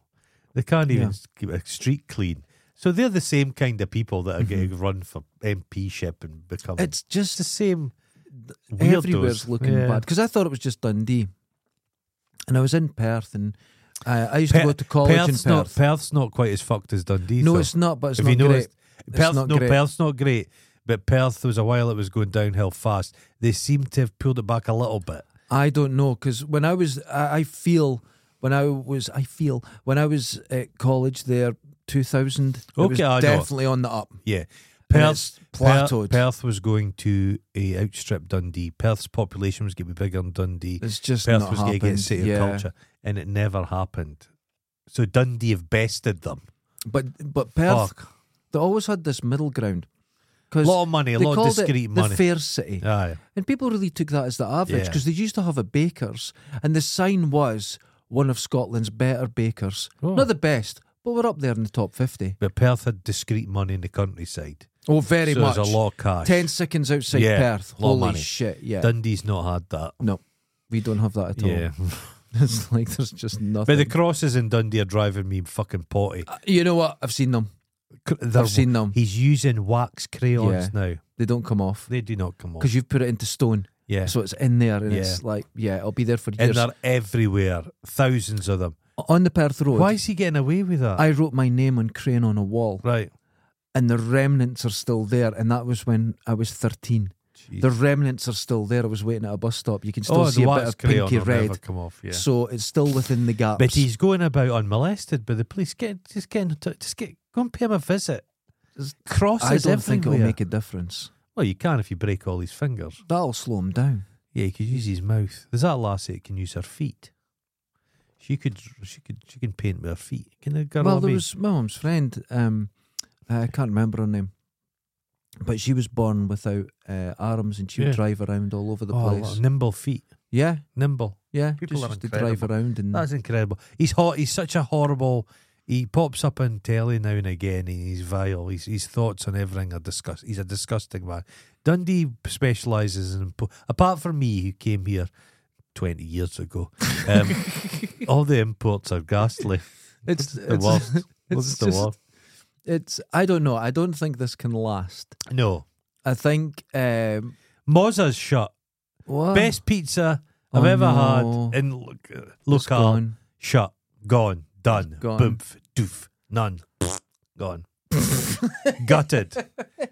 Speaker 1: They can't even
Speaker 2: Yeah.
Speaker 1: keep a street clean. So they're the same kind of people that are getting run for MP ship and becoming.
Speaker 2: Mm-hmm. It's just
Speaker 1: the same. weirdos.
Speaker 2: everywhere's looking
Speaker 1: Yeah.
Speaker 2: bad because I thought it was just Dundee, and I was in Perth, and uh, I used to
Speaker 1: Pe-
Speaker 2: go to college
Speaker 1: Perth's
Speaker 2: in
Speaker 1: not
Speaker 2: Perth.
Speaker 1: Perth's not quite as fucked as Dundee.
Speaker 2: no,
Speaker 1: though.
Speaker 2: it's not, but it's
Speaker 1: if
Speaker 2: not
Speaker 1: you
Speaker 2: great.
Speaker 1: notice,
Speaker 2: It's
Speaker 1: Perth,
Speaker 2: not
Speaker 1: no,
Speaker 2: great.
Speaker 1: Perth's not great, but Perth there was a while it was going downhill fast. They seem to have pulled it back a little bit.
Speaker 2: I don't know because when I was, I, I feel when I was, I feel when I was at college there, two thousand. it was
Speaker 1: Okay, I know.
Speaker 2: definitely on the up.
Speaker 1: Yeah,
Speaker 2: And
Speaker 1: Perth
Speaker 2: it's plateaued.
Speaker 1: Perth, Perth was going to uh, outstrip Dundee. Perth's population was going to be bigger than Dundee.
Speaker 2: It's just
Speaker 1: Perth
Speaker 2: not
Speaker 1: was
Speaker 2: happened.
Speaker 1: going to get city
Speaker 2: yeah.
Speaker 1: of culture, and it never happened. So Dundee have bested them.
Speaker 2: but but Perth,
Speaker 1: Fuck.
Speaker 2: they always had this middle ground because
Speaker 1: lot of money, a
Speaker 2: they
Speaker 1: lot of
Speaker 2: called
Speaker 1: discreet
Speaker 2: it
Speaker 1: money.
Speaker 2: the fair city.
Speaker 1: Aye.
Speaker 2: And people really took that as the average
Speaker 1: Yeah.
Speaker 2: because they used to have a baker's, and the sign was one of Scotland's better bakers.
Speaker 1: Oh.
Speaker 2: Not the best, but we're up there in the top 50.
Speaker 1: But Perth had discreet money in the countryside.
Speaker 2: Oh, very
Speaker 1: so
Speaker 2: much.
Speaker 1: there's a lot of cash.
Speaker 2: 10 seconds outside
Speaker 1: Yeah,
Speaker 2: Perth.
Speaker 1: lot of
Speaker 2: Holy
Speaker 1: money.
Speaker 2: shit, yeah.
Speaker 1: Dundee's not had that.
Speaker 2: no, we don't have that at all.
Speaker 1: Yeah.
Speaker 2: *laughs* it's like there's just nothing.
Speaker 1: But
Speaker 2: Uh,
Speaker 1: the crosses in Dundee are driving me fucking potty.
Speaker 2: you know what? I've seen them.
Speaker 1: Cr- they're-
Speaker 2: I've seen them.
Speaker 1: He's using wax crayons
Speaker 2: Yeah.
Speaker 1: now.
Speaker 2: They don't come off
Speaker 1: They do not come off.
Speaker 2: because you've put it into stone.
Speaker 1: Yeah.
Speaker 2: So it's in there and
Speaker 1: Yeah.
Speaker 2: it's like, yeah, it'll be there for
Speaker 1: and
Speaker 2: years.
Speaker 1: they're everywhere. Thousands of them.
Speaker 2: on the Perth Road,
Speaker 1: Why is he getting away with that?
Speaker 2: I wrote my name on crane on a wall.
Speaker 1: right.
Speaker 2: and the remnants are still there. And that was when I was 13.
Speaker 1: Jeez.
Speaker 2: The remnants are still there. I was waiting at a bus stop. You can still
Speaker 1: oh,
Speaker 2: see
Speaker 1: the
Speaker 2: a bit
Speaker 1: wax
Speaker 2: of
Speaker 1: crayon
Speaker 2: pinky
Speaker 1: will never
Speaker 2: red.
Speaker 1: come off. Yeah.
Speaker 2: So it's still within the gaps.
Speaker 1: But he's going about unmolested by the police. Get just get in tou- just get go and pay him a visit.
Speaker 2: Just-
Speaker 1: Crosses
Speaker 2: I don't think it'll
Speaker 1: everywhere.
Speaker 2: make a difference.
Speaker 1: Well, you can if you break all his fingers.
Speaker 2: That'll slow him down.
Speaker 1: Yeah, he could use his mouth. There's that lassie that can use her feet. She could, she could, she can paint with her feet. Can a girl?
Speaker 2: well,
Speaker 1: I
Speaker 2: there
Speaker 1: mean?
Speaker 2: was my mum's friend. Um, I can't remember her name. But she was born without uh, arms and she
Speaker 1: Yeah.
Speaker 2: would drive around all over the
Speaker 1: Oh,
Speaker 2: place.
Speaker 1: lo- nimble feet,
Speaker 2: Yeah,
Speaker 1: nimble.
Speaker 2: yeah.
Speaker 1: People
Speaker 2: just
Speaker 1: are
Speaker 2: used to drive
Speaker 1: incredible.
Speaker 2: around and
Speaker 1: That's incredible. He's hot. He's such a horrible. He pops up on telly now and again, and he's vile. His his thoughts on everything are disgust. He's a disgusting man. Dundee specialises in impo- apart from me, who came here twenty years ago.
Speaker 2: *laughs*
Speaker 1: Um, all the imports are ghastly.
Speaker 2: it's
Speaker 1: the
Speaker 2: *laughs* it's,
Speaker 1: worst. What's
Speaker 2: it's
Speaker 1: the
Speaker 2: just-
Speaker 1: worst?
Speaker 2: it's I don't know. I don't think this can last.
Speaker 1: No,
Speaker 2: I think um,
Speaker 1: Mozza's shut.
Speaker 2: Wow.
Speaker 1: Best pizza I've
Speaker 2: Oh,
Speaker 1: ever
Speaker 2: no.
Speaker 1: had in look,
Speaker 2: It's
Speaker 1: local.
Speaker 2: gone.
Speaker 1: Shut. Gone. Done.
Speaker 2: It's gone.
Speaker 1: Boomf. Doof. None.
Speaker 2: *laughs*
Speaker 1: gone. Gutted.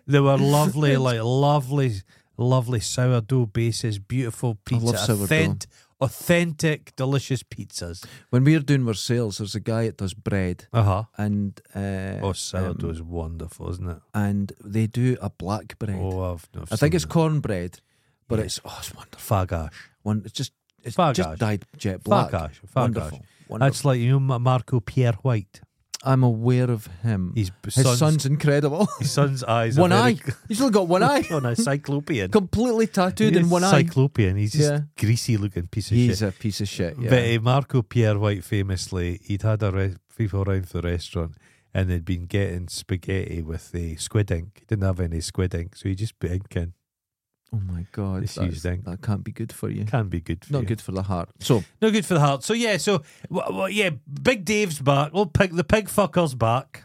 Speaker 1: They were lovely, like lovely, lovely sourdough bases, beautiful
Speaker 2: I
Speaker 1: pizza.
Speaker 2: love sourdough.
Speaker 1: authent- authentic, delicious pizzas.
Speaker 2: When we're doing our sales, there's a guy that does bread
Speaker 1: Uh huh.
Speaker 2: and uh,
Speaker 1: Oh, sourdough is wonderful, isn't it?
Speaker 2: and they do a black bread.
Speaker 1: Oh, I've, I've
Speaker 2: I think it's
Speaker 1: called
Speaker 2: cornbread, but
Speaker 1: Yeah.
Speaker 2: it's oh, it's wonderful.
Speaker 1: Fagash.
Speaker 2: One, it's just it's
Speaker 1: Fagash.
Speaker 2: just dyed jet black.
Speaker 1: Fagash. Fagash.
Speaker 2: Wonderful. Wonderful.
Speaker 1: That's like you know Ma- Marco Pierre White.
Speaker 2: I'm aware of him.
Speaker 1: His,
Speaker 2: His
Speaker 1: son's, *laughs*
Speaker 2: son's, incredible.
Speaker 1: his son's eyes. are
Speaker 2: one
Speaker 1: very *laughs*
Speaker 2: eye. He's only got one eye. *laughs*
Speaker 1: on a cyclopean.
Speaker 2: Completely tattooed
Speaker 1: He
Speaker 2: in
Speaker 1: is
Speaker 2: one eye.
Speaker 1: Cyclopean. He's just
Speaker 2: Yeah.
Speaker 1: greasy looking piece of
Speaker 2: He's
Speaker 1: shit.
Speaker 2: a piece of shit. Yeah.
Speaker 1: But eh, Marco Pierre White famously, he'd had a re- people around for the restaurant and they'd been getting spaghetti with the squid ink. He didn't have any squid ink, so he just put ink in.
Speaker 2: oh my god,
Speaker 1: It's huge
Speaker 2: that's-
Speaker 1: thing.
Speaker 2: that can't be good for you.
Speaker 1: Can eh? be good for
Speaker 2: Not
Speaker 1: you.
Speaker 2: good for the heart. So
Speaker 1: Not good for the heart. So yeah, so w- w- yeah, Big Dave's back. Well, pig the pig fucker's back.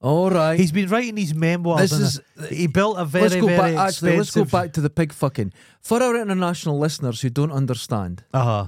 Speaker 2: all right.
Speaker 1: He's been writing his memoirs.
Speaker 2: This
Speaker 1: and
Speaker 2: is-
Speaker 1: a- he built a very
Speaker 2: let's go
Speaker 1: very
Speaker 2: back. Actually, let's go
Speaker 1: expensive-
Speaker 2: back to the pig fucking. For our international listeners who don't understand,
Speaker 1: Uh-huh.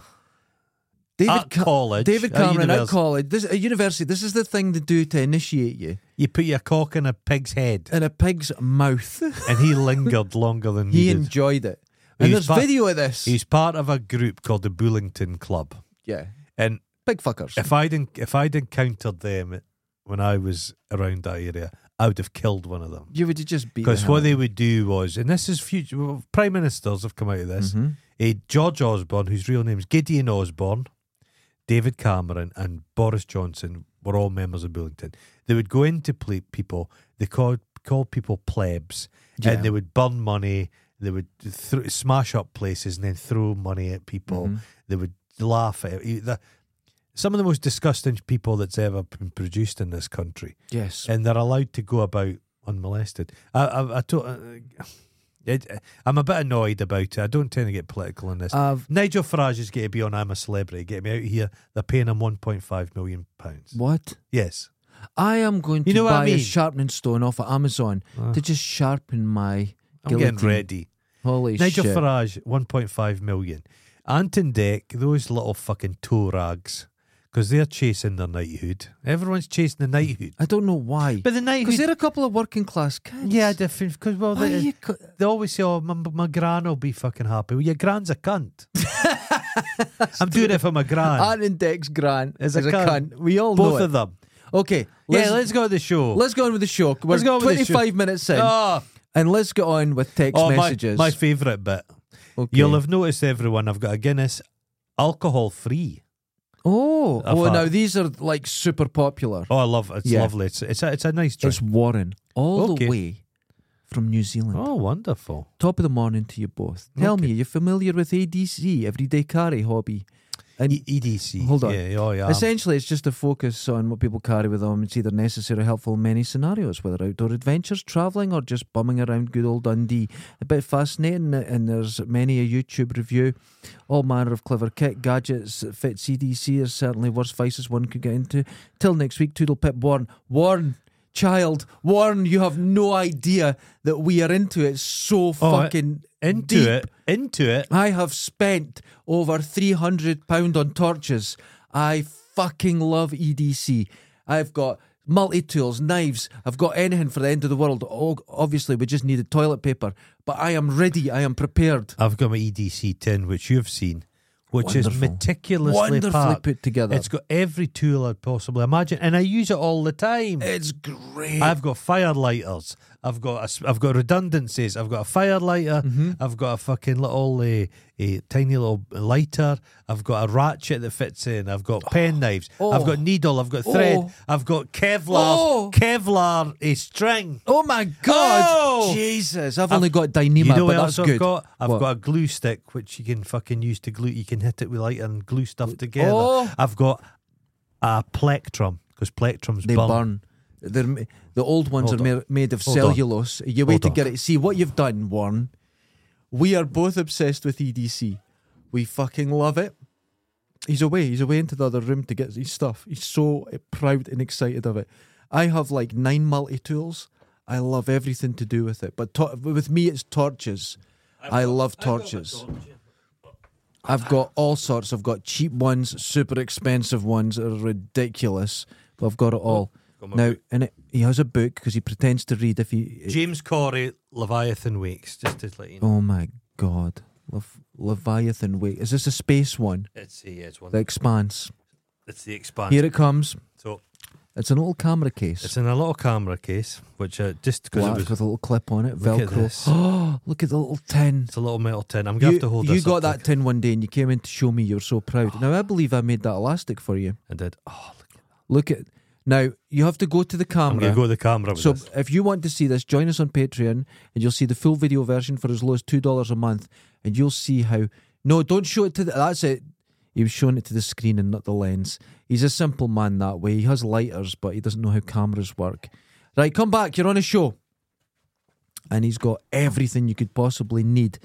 Speaker 2: David,
Speaker 1: At
Speaker 2: Ca-
Speaker 1: college,
Speaker 2: David
Speaker 1: at
Speaker 2: Cameron at
Speaker 1: university.
Speaker 2: college, this at university. This is the thing they do to initiate you
Speaker 1: You put your cock in a pig's head,
Speaker 2: in a pig's mouth. *laughs*
Speaker 1: and he lingered longer than
Speaker 2: he
Speaker 1: needed.
Speaker 2: enjoyed it,
Speaker 1: He
Speaker 2: and
Speaker 1: was
Speaker 2: there's
Speaker 1: part-
Speaker 2: video of this.
Speaker 1: He's part of a group called the Bullington Club,
Speaker 2: yeah,
Speaker 1: and
Speaker 2: pig fuckers.
Speaker 1: if I'd en- if I'd encountered them when I was around that area, I would have killed one of them.
Speaker 2: you would you just beat
Speaker 1: Because what they would do was, and this is future well, prime ministers have come out of this.
Speaker 2: Mhm.
Speaker 1: eh, George Osborne, whose real name's Gideon Osborne, David Cameron, and Boris Johnson were all members of Bullington. They would go into ple- people. They called call people plebs,
Speaker 2: Yeah.
Speaker 1: and they would burn money. They would th- smash up places and then throw money at people. They would laugh at you- the, some of the most disgusting people that's ever been produced in this country
Speaker 2: yes,
Speaker 1: and they're allowed to go about unmolested. I, I, I to, it, I'm a bit annoyed about it. I don't tend to get political in this.
Speaker 2: I've
Speaker 1: Nigel Farage is going to be on I'm a Celebrity. Get me out here. They're paying him 1.5 million pounds.
Speaker 2: what?
Speaker 1: Yes.
Speaker 2: I am going to
Speaker 1: You know what
Speaker 2: buy
Speaker 1: I
Speaker 2: a
Speaker 1: mean?
Speaker 2: sharpening stone off of Amazon
Speaker 1: Ah.
Speaker 2: to just sharpen my.
Speaker 1: I'm getting
Speaker 2: guillotine.
Speaker 1: ready.
Speaker 2: Holy
Speaker 1: Nigel
Speaker 2: shit!
Speaker 1: Farage, 1.5 million. Anton Deck, those little fucking toe rags, because they're chasing their knighthood. Everyone's chasing the knighthood.
Speaker 2: I don't know why.
Speaker 1: But the
Speaker 2: Because
Speaker 1: knighthood.
Speaker 2: they're a couple of working class kids.
Speaker 1: Yeah, different. Because, well,
Speaker 2: Why
Speaker 1: they,
Speaker 2: you co-
Speaker 1: they always say, oh, my, my gran will be fucking happy. Well, your gran's a
Speaker 2: *laughs*
Speaker 1: cunt. I'm doing it for my gran.
Speaker 2: Art Index Grant
Speaker 1: Is
Speaker 2: is
Speaker 1: a
Speaker 2: a,
Speaker 1: cunt.
Speaker 2: cunt. We all
Speaker 1: Both
Speaker 2: know
Speaker 1: of them.
Speaker 2: it. Okay, let's,
Speaker 1: yeah, let's go to the show.
Speaker 2: let's go on with the show. We're
Speaker 1: Let's go on with the show.
Speaker 2: 25 minutes in,
Speaker 1: Oh,
Speaker 2: and let's get on with text
Speaker 1: oh, my-
Speaker 2: messages.
Speaker 1: My, favourite bit.
Speaker 2: okay.
Speaker 1: You'll have noticed, everyone, I've got a Guinness alcohol free.
Speaker 2: oh,
Speaker 1: I've
Speaker 2: oh
Speaker 1: had-
Speaker 2: now these are like super popular.
Speaker 1: Oh, I love it. It's
Speaker 2: Yeah.
Speaker 1: lovely. It's, it's, a, it's a nice drink.
Speaker 2: It's Warren, all
Speaker 1: Okay.
Speaker 2: the way from New Zealand.
Speaker 1: Oh, wonderful.
Speaker 2: Top of the morning to you both. Tell
Speaker 1: Okay.
Speaker 2: me, you're familiar with ADC, Everyday Carry Hobby? And
Speaker 1: E- EDC.
Speaker 2: Hold on.
Speaker 1: Yeah, oh, yeah.
Speaker 2: Essentially, it's just a focus on what people carry with them. It's either necessary or helpful in many scenarios, whether outdoor adventures, travelling, or just bumming around good old Dundee. A bit fascinating, and there's many a YouTube review. All manner of clever kit, gadgets that fit CDC. There's certainly worse vices one could get into. Till next week, Toodle Pip Warren. Warren, child, Warren, you have no idea that we are into it so
Speaker 1: Oh, I-
Speaker 2: fucking
Speaker 1: into
Speaker 2: deep.
Speaker 1: it. Into it.
Speaker 2: I have spent over £300 on torches. I fucking love EDC. I've got multi tools, knives, I've got anything for the end of the world. Oh, obviously, we just needed toilet paper, but I am ready, I am prepared.
Speaker 1: I've got my E EDC tin, which you've seen, which is
Speaker 2: Wonderful.
Speaker 1: meticulously
Speaker 2: Wonderfully
Speaker 1: packed.
Speaker 2: put together.
Speaker 1: It's got every tool I'd possibly imagine, and I use it all the time.
Speaker 2: It's great.
Speaker 1: I've got fire lighters. I've got a s I've got redundancies. I've got a fire lighter.
Speaker 2: Mm-hmm.
Speaker 1: I've got a fucking little uh, a tiny little lighter. I've got a ratchet that fits in. I've
Speaker 2: *gasps*
Speaker 1: got pen knives. I've got needle. I've got thread.
Speaker 2: Oh.
Speaker 1: I've got Kevlar.
Speaker 2: Oh.
Speaker 1: Kevlar a string.
Speaker 2: oh my God.
Speaker 1: Oh!
Speaker 2: Jesus. I've, only got Dyneema,
Speaker 1: You know
Speaker 2: but
Speaker 1: what else
Speaker 2: that's
Speaker 1: I've
Speaker 2: good.
Speaker 1: got? I've
Speaker 2: What?
Speaker 1: got a glue stick which you can fucking use to glue. You can hit it with light and glue stuff together.
Speaker 2: Oh.
Speaker 1: I've got a plectrum because plectrums
Speaker 2: They
Speaker 1: burn.
Speaker 2: burn. They're, ma- the old ones
Speaker 1: Hold
Speaker 2: are
Speaker 1: on.
Speaker 2: ma- made of
Speaker 1: Hold on.
Speaker 2: cellulose. You wait
Speaker 1: Hold
Speaker 2: to
Speaker 1: on.
Speaker 2: get it. See what you've done, Warren. We are both obsessed with EDC. We fucking love it. He's away. He's away into the other room to get his stuff. He's so proud and excited of it. I have like nine multi tools. I love everything to do with it. But to- with me, it's torches. I love torches. I've got all sorts. I've got cheap ones, super expensive ones, that are ridiculous. But I've got it all.
Speaker 1: got my
Speaker 2: now,
Speaker 1: book.
Speaker 2: and it, he has a book because he pretends to read if he.
Speaker 1: James Corey Leviathan Wakes. Just to let you know,
Speaker 2: Oh my God. Lev- Leviathan Wake. Is this a space one?
Speaker 1: it's the it's one.
Speaker 2: The Expanse.
Speaker 1: It's the expanse.
Speaker 2: Here it comes.
Speaker 1: so
Speaker 2: It's an old camera case.
Speaker 1: it's in a little camera case, which uh, just because
Speaker 2: Black
Speaker 1: it was
Speaker 2: with a little clip on it,
Speaker 1: Look at
Speaker 2: Velcro.
Speaker 1: this.
Speaker 2: Oh, *gasps* look at the little tin.
Speaker 1: it's a little metal tin. I'm gonna have to hold this.
Speaker 2: got
Speaker 1: up,
Speaker 2: that
Speaker 1: like-
Speaker 2: tin one day and you came in to show me you were so proud. Now, I believe I made that elastic for you.
Speaker 1: I did. Oh, look.
Speaker 2: Look at. Now, you have to go to the camera.
Speaker 1: I'm gonna go to the camera. With
Speaker 2: So
Speaker 1: this.
Speaker 2: if you want to see this, join us on Patreon and you'll see the full video version for as low as two dollars a month, and you'll see how. No, don't show it to the. That's it. He was showing it to the screen and not the lens. He's a simple man that way. He has lighters, but he doesn't know how cameras work. Right, come back. You're on a show, and he's got everything you could possibly need.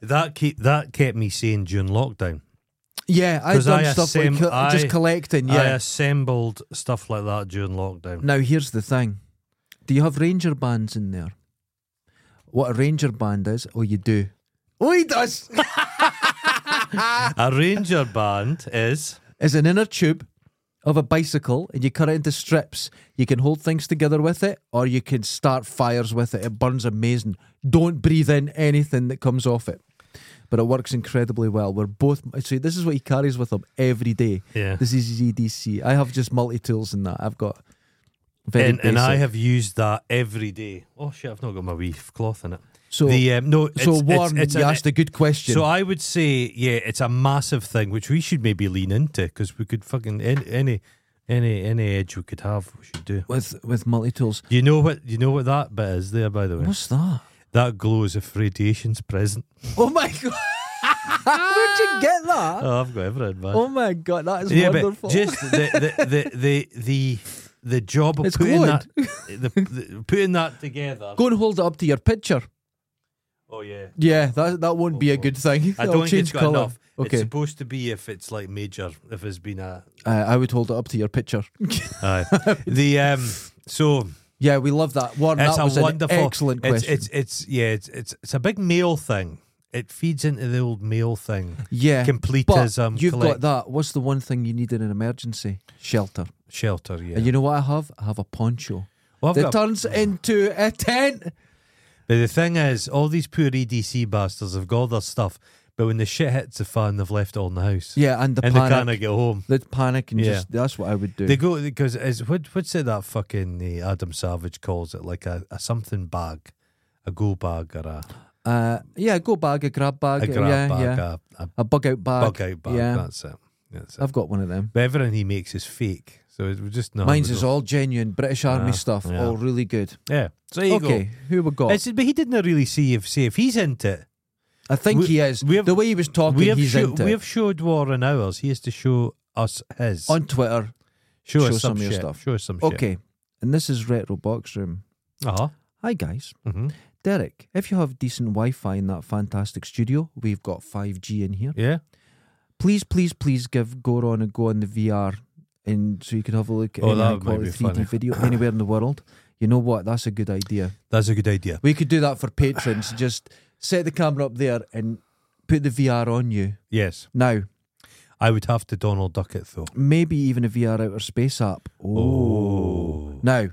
Speaker 1: that keep that kept me sane during lockdown.
Speaker 2: Yeah, I've
Speaker 1: 'Cause
Speaker 2: done
Speaker 1: I
Speaker 2: stuff like
Speaker 1: assume
Speaker 2: co- just
Speaker 1: I-
Speaker 2: collecting.
Speaker 1: I
Speaker 2: Yeah.
Speaker 1: assembled stuff like that during lockdown.
Speaker 2: Now here's the thing. Do you have ranger bands in there? What a ranger band is? Oh, you do. Oh, he does.
Speaker 1: A ranger band is.
Speaker 2: *laughs* is an inner tube of a bicycle and you cut it into strips. You can hold things together with it or you can start fires with it. It burns amazing. Don't breathe in anything that comes off it. But it works incredibly well. We're both see this is what he carries with him every day.
Speaker 1: Yeah.
Speaker 2: This is his EDC. I have just multi tools in that. I've got very
Speaker 1: and, and I
Speaker 2: basic.
Speaker 1: have used that every day. Oh shit, I've not got my wee cloth in it.
Speaker 2: so
Speaker 1: the um, no, it's,
Speaker 2: so
Speaker 1: it's,
Speaker 2: Warren
Speaker 1: it's
Speaker 2: you
Speaker 1: an- e-,
Speaker 2: asked a good question.
Speaker 1: So I would say, yeah, it's a massive thing which we should maybe lean into because we could fucking any, any any any edge we could have, we should do.
Speaker 2: with with multi tools.
Speaker 1: You know what? You know what that bit is there, by the way.
Speaker 2: What's that?
Speaker 1: That glow is if radiation's
Speaker 2: *laughs*
Speaker 1: present.
Speaker 2: Oh my god. Where'd you get that?
Speaker 1: Oh, I've got everything, man.
Speaker 2: Oh my god, that is
Speaker 1: Uh, yeah,
Speaker 2: wonderful.
Speaker 1: but just the the the the, the the job of
Speaker 2: It's
Speaker 1: putting
Speaker 2: glowing.
Speaker 1: that the, the, putting that together.
Speaker 2: Go and hold it up to your picture.
Speaker 1: Oh yeah.
Speaker 2: Yeah, that that won't be a good thing.
Speaker 1: Oh, I
Speaker 2: *laughs* It'll
Speaker 1: don't think
Speaker 2: change
Speaker 1: it's got
Speaker 2: colour.
Speaker 1: enough. It's
Speaker 2: Okay,
Speaker 1: supposed to be if it's like major, if it's been a.
Speaker 2: uh, I would hold it up to
Speaker 1: *laughs*
Speaker 2: your picture.
Speaker 1: Aye. the um. So
Speaker 2: yeah, we love that. Warren,
Speaker 1: it's
Speaker 2: that was
Speaker 1: a wonderful,
Speaker 2: an excellent
Speaker 1: it's,
Speaker 2: question.
Speaker 1: It's it's yeah. It's it's it's a big male thing. It feeds into the old male thing.
Speaker 2: yeah, but
Speaker 1: Completism.
Speaker 2: you've
Speaker 1: collect-
Speaker 2: got that. What's the one thing you need in an emergency? Shelter.
Speaker 1: shelter. Yeah.
Speaker 2: And you know what I have? I have a poncho
Speaker 1: well, I've
Speaker 2: that
Speaker 1: got-
Speaker 2: turns into a tent.
Speaker 1: But the thing is, all these poor EDC bastards have got all their stuff, but when the shit hits the fan, they've left it all in the house.
Speaker 2: Yeah, and
Speaker 1: *laughs*
Speaker 2: the
Speaker 1: and they
Speaker 2: panic.
Speaker 1: can't get home.
Speaker 2: The panic and
Speaker 1: Yeah.
Speaker 2: just that's what I would do.
Speaker 1: They go because is what what's it that fucking uh, Adam Savage calls it like a, a something bag, a go bag or a,
Speaker 2: uh, yeah, go bag, a grab bag, uh,
Speaker 1: a grab
Speaker 2: yeah,
Speaker 1: bag,
Speaker 2: yeah,
Speaker 1: a, a
Speaker 2: a bug out bag.
Speaker 1: bug out bag.
Speaker 2: yeah. Oh.
Speaker 1: That's it. That's it.
Speaker 2: I've got one of them.
Speaker 1: But everything he makes is fake, so it's just no.
Speaker 2: Mine's
Speaker 1: we
Speaker 2: is
Speaker 1: don't-
Speaker 2: all genuine British Army
Speaker 1: Yeah,
Speaker 2: stuff,
Speaker 1: yeah.
Speaker 2: all really good.
Speaker 1: yeah. So there you
Speaker 2: Okay, who we
Speaker 1: go.
Speaker 2: got?
Speaker 1: It's, but he didn't really see if see if he's into it.
Speaker 2: I think
Speaker 1: we-
Speaker 2: he is.
Speaker 1: we have-
Speaker 2: the way he was talking,
Speaker 1: we have
Speaker 2: he's
Speaker 1: sho-
Speaker 2: into
Speaker 1: we
Speaker 2: it.
Speaker 1: have showed Warren ours. He has to show us his.
Speaker 2: on Twitter.
Speaker 1: show,
Speaker 2: show
Speaker 1: us some,
Speaker 2: some of your
Speaker 1: shit.
Speaker 2: stuff.
Speaker 1: Show us some shit.
Speaker 2: Okay, and this is Retro Box Room.
Speaker 1: Uh-huh.
Speaker 2: Hi guys,
Speaker 1: hmm
Speaker 2: Derek. If you have decent Wi-Fi in that fantastic studio, we've got 5G in here.
Speaker 1: Yeah.
Speaker 2: Please, please, please give Goron a go on the VR, and so you can have a look at
Speaker 1: Oh,
Speaker 2: any
Speaker 1: that
Speaker 2: high quality
Speaker 1: might be
Speaker 2: 3D
Speaker 1: funny. *laughs*
Speaker 2: video anywhere in the world. You know what? That's a good idea.
Speaker 1: That's a good idea.
Speaker 2: We could do that for patrons. Just set the camera up there and put the VR on you.
Speaker 1: Yes.
Speaker 2: Now,
Speaker 1: I would have to Donald Duck it though.
Speaker 2: maybe even a VR outer space app.
Speaker 1: Oh.
Speaker 2: Now,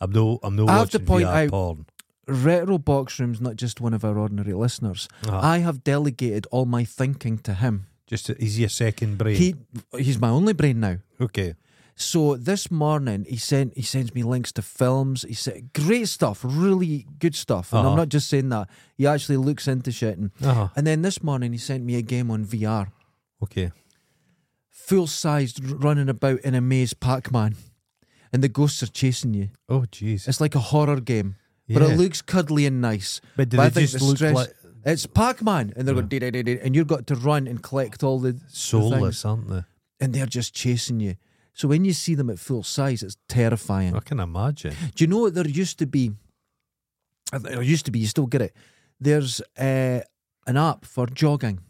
Speaker 1: I'm no I'm no
Speaker 2: I have to
Speaker 1: watching
Speaker 2: point
Speaker 1: VR
Speaker 2: out-
Speaker 1: porn.
Speaker 2: Retro Box Room's not just one of our ordinary listeners.
Speaker 1: Ah,
Speaker 2: I have delegated all my thinking to him.
Speaker 1: just he's your second brain.
Speaker 2: He he's my only brain now.
Speaker 1: okay.
Speaker 2: So this morning he sent he sends me links to films. He said great stuff, really good stuff. And
Speaker 1: Uh-huh.
Speaker 2: I'm not just saying that. He actually looks into shit and,
Speaker 1: Uh-huh.
Speaker 2: and then this morning he sent me a game on VR.
Speaker 1: Okay.
Speaker 2: full sized running about in a maze Pac Man and the ghosts are chasing you.
Speaker 1: Oh jeez.
Speaker 2: It's like a horror game. But
Speaker 1: Yeah.
Speaker 2: it looks cuddly and nice.
Speaker 1: But do they
Speaker 2: I think
Speaker 1: just
Speaker 2: the
Speaker 1: look
Speaker 2: stress-
Speaker 1: like
Speaker 2: It's Pac Man and they're going dee, dee, dee, dee, and you've got to run and collect all the
Speaker 1: soulless,
Speaker 2: things.
Speaker 1: aren't they?
Speaker 2: and they're just chasing you. So when you see them at full size, it's terrifying.
Speaker 1: I can
Speaker 2: *gasps*
Speaker 1: imagine.
Speaker 2: Do you know what there used to be? There used to be, you still get it. There's uh, an app for jogging,